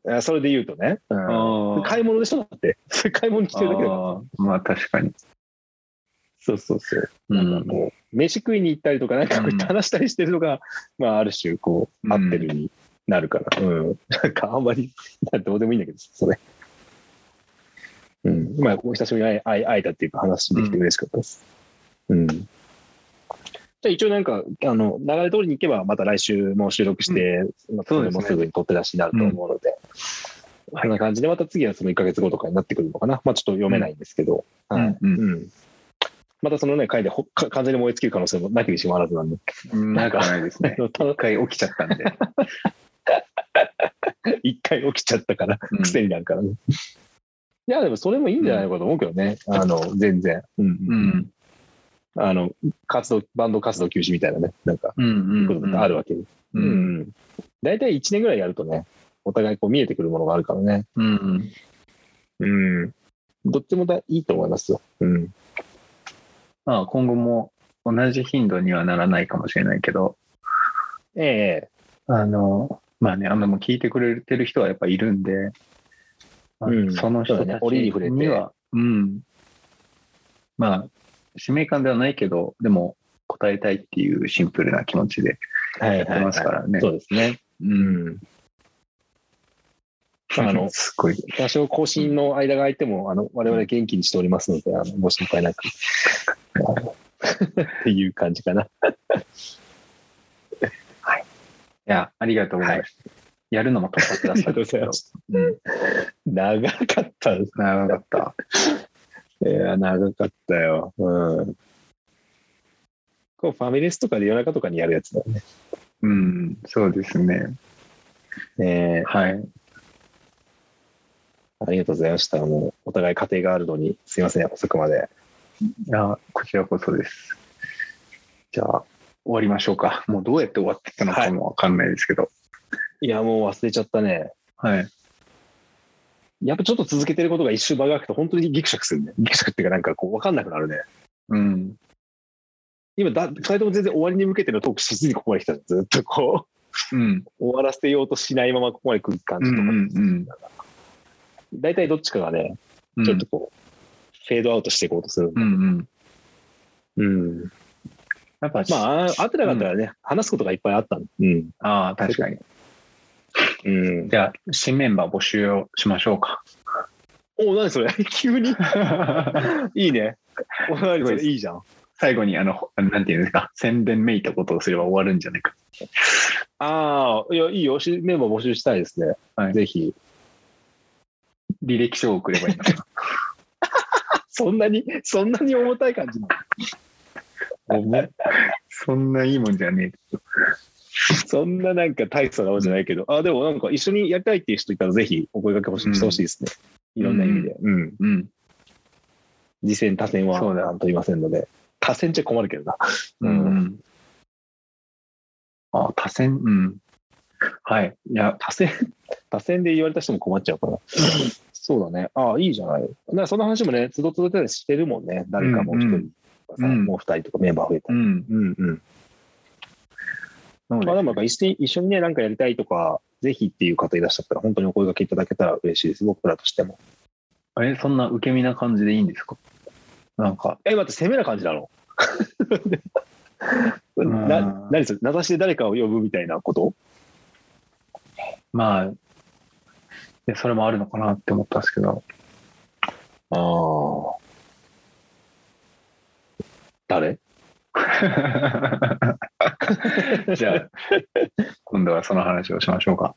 B: あそれで言うとね。うん
A: あ
B: 買い物でしょだって。 それ買い物に来てるだけだから。
A: あーまあ確かに。
B: そうそうそう。
A: う
B: なんかこう、飯食いに行ったりとか、なんかこうやって
A: うん
B: 話したりしてるのが、まあ、ある種、こう、合ってるになるから。うん。なんか、あんまり、どうでもいいんだけど、それ。うん。まあ、お久しぶりに会え会えたっていうか、話できて嬉しかったです。うん。じゃあ一応なんか、あの、流れ通りに行けば、また来週も収録して、まあ
A: そう
B: そ
A: で
B: れ
A: すね
B: もすぐに取って出しになると思うので、そんな感じで、また次はその1ヶ月後とかになってくるのかな。まあちょっと読めないんですけど。
A: うん
B: はい
A: うん
B: うんまたそのね、回でほか完全に燃え尽きる可能性もなきにしもあらずなんで、
A: なんかないですね。
B: ただ
A: 一回起きちゃったんで。
B: 一回起きちゃったから、
A: うん
B: 癖になるからね。いや、でもそれもいいんじゃないかと思うけどね、あの、全然。うん
A: うん。
B: あの、活動、バンド活動休止みたいなね、なんか、
A: うんうん
B: ことだってあるわけで。
A: う
B: うん
A: ん
B: うん大体1年ぐらいやるとね、お互いこう見えてくるものがあるからね。
A: うん。
B: うん。どっちもだいいと思いますよ。うん。
A: まあ今後も同じ頻度にはならないかもしれないけど、
B: ええ
A: あの、まあね、あの、もう聞いてくれてる人はやっぱいるんで、まあ
B: うん
A: その人
B: そ
A: た
B: う
A: ち
B: だね折に触れて
A: には、うん。まあ、使命感ではないけど、でも答えたいっていうシンプルな気持ちで
B: はい
A: やってますからね
B: そ。うですね。うん。あ の
A: すごい。
B: 多少更新の間が空いても、あの、我々元気にしておりますので、あの、ご心配なく。 あのっていう感じかな。
A: いや、ありがとうございました。やるのも突発だったんですけ
B: ありがとうござい
A: ど
B: まし。
A: うん、
B: 長かったです。
A: 長かった。
B: いや、長かったよ。うん。こう、ファミレスとかで夜中とかにやるやつだよね。
A: うん、そうですね。
B: ええ
A: はい。
B: ありがとうございました。もう、お互い家庭があるのに、すいません、遅くまで。
A: あ、こちらこそです。じゃあ、終わりましょうか。もうどうやって終わってたのかもわかんないですけど。
B: いや、もう忘れちゃったね。
A: はい。
B: やっぱちょっと続けてることが一周場が空くと、本当にギクシャクするね。ギクシャクっていうか、なんかこう、わかんなくなるね。
A: うん。
B: 今だ、2人とも全然終わりに向けてのトークしずにここまで来た。ずっとこ
A: うん。
B: う、 終わらせようとしないままここまで来る感
A: う
B: じ
A: ん
B: と
A: う
B: か。
A: ん
B: 大体どっちかがね、
A: うん。
B: ちょっとこう、フェードアウトしていこうとする。
A: うんうん。
B: うん。
A: やっぱ、
B: まあ、あ会ってなかったらね、話すことがいっぱいあったの。うん。
A: ああ、確かに。
B: うん。
A: じゃあ、新メンバー募集をしましょう か。
B: お、何それ 急 にいいね。お、何それいいじゃん。
A: 最後に、あの、なんていうんですか、宣伝めいたことをすれば終わるんじゃないか。
B: ああ、いや、いいよ。しメンバー募集したいですね。
A: はい
B: ぜひ。
A: 履歴書を送ればいいの か
B: そんなに、そんなに重たい感じな
A: な重っそんないいもんじゃね
B: のそんななんか大層なもんじゃないけど、あでもなんか一緒にやりたいっていう人いたら、ぜひお声掛けほし
A: うん
B: してほしいですね。いろんな意味で。うん。
A: え。うん。
B: 次戦、他戦は、
A: そうだ
B: なんと言いませんので。他戦っちゃ困るけどな。
A: うんうん。あ、多選、うん。はい。いや、
B: 多選、多選で言われた人も困っちゃう から。そうだね。ああ、いいじゃない。だからその話もね、つどつどでしてるもんね。誰かもう一
A: うんう
B: 人
A: ん
B: とかさ、
A: うん
B: もう二人とかメンバー増えた
A: う
B: り。
A: ん。
B: うんうん。
A: そう
B: まあ
A: で
B: でもなんか一緒に一緒にね、なんかやりたいとか、ぜひっていう方いらっしゃったら、本当にお声掛けいただけたら嬉しいです。僕らとしても。
A: すえ、そんな受け身な感じでいいんですかなんか、
B: え、待って、攻めな感じなの
A: ん
B: な何それ名指しで誰かを呼ぶみたいなこと
A: まあ、でそれもあるのかなって思ったんですけど、
B: ああ。誰
A: じゃあ、 今度はその話をしましょうか。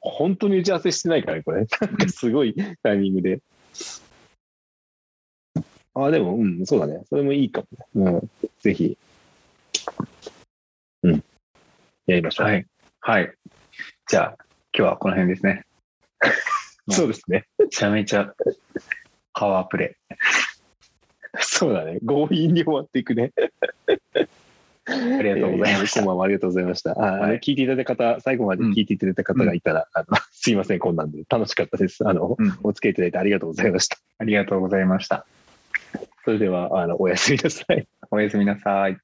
B: 本当に打ち合わせしてないからね、これ。 なんかすごいタイミングで。ああ、でも、うん、そうだね。それもいいかもね。うん、ぜひ。うん。やりましょう。
A: はい。はい。じゃあ、今日はこの辺ですね。
B: そうですね。
A: めちゃめちゃパワープレ
B: そうだね。強引に終わっていくね。
A: イ。あり
B: あ
A: がとうございまし
B: こ
A: た
B: ん。ばんは。ありがとうございました。ああの
A: はい
B: 聞いていただいた方、最後まで聞いていただいた方がいたら、あの すいません、こんなんで。楽しかったです。あの、
A: うん
B: お付き合いいただいてありがとうございました。
A: ありがとうございました。
B: それでは、あの、おやすみなさい。
A: おやすみなさい。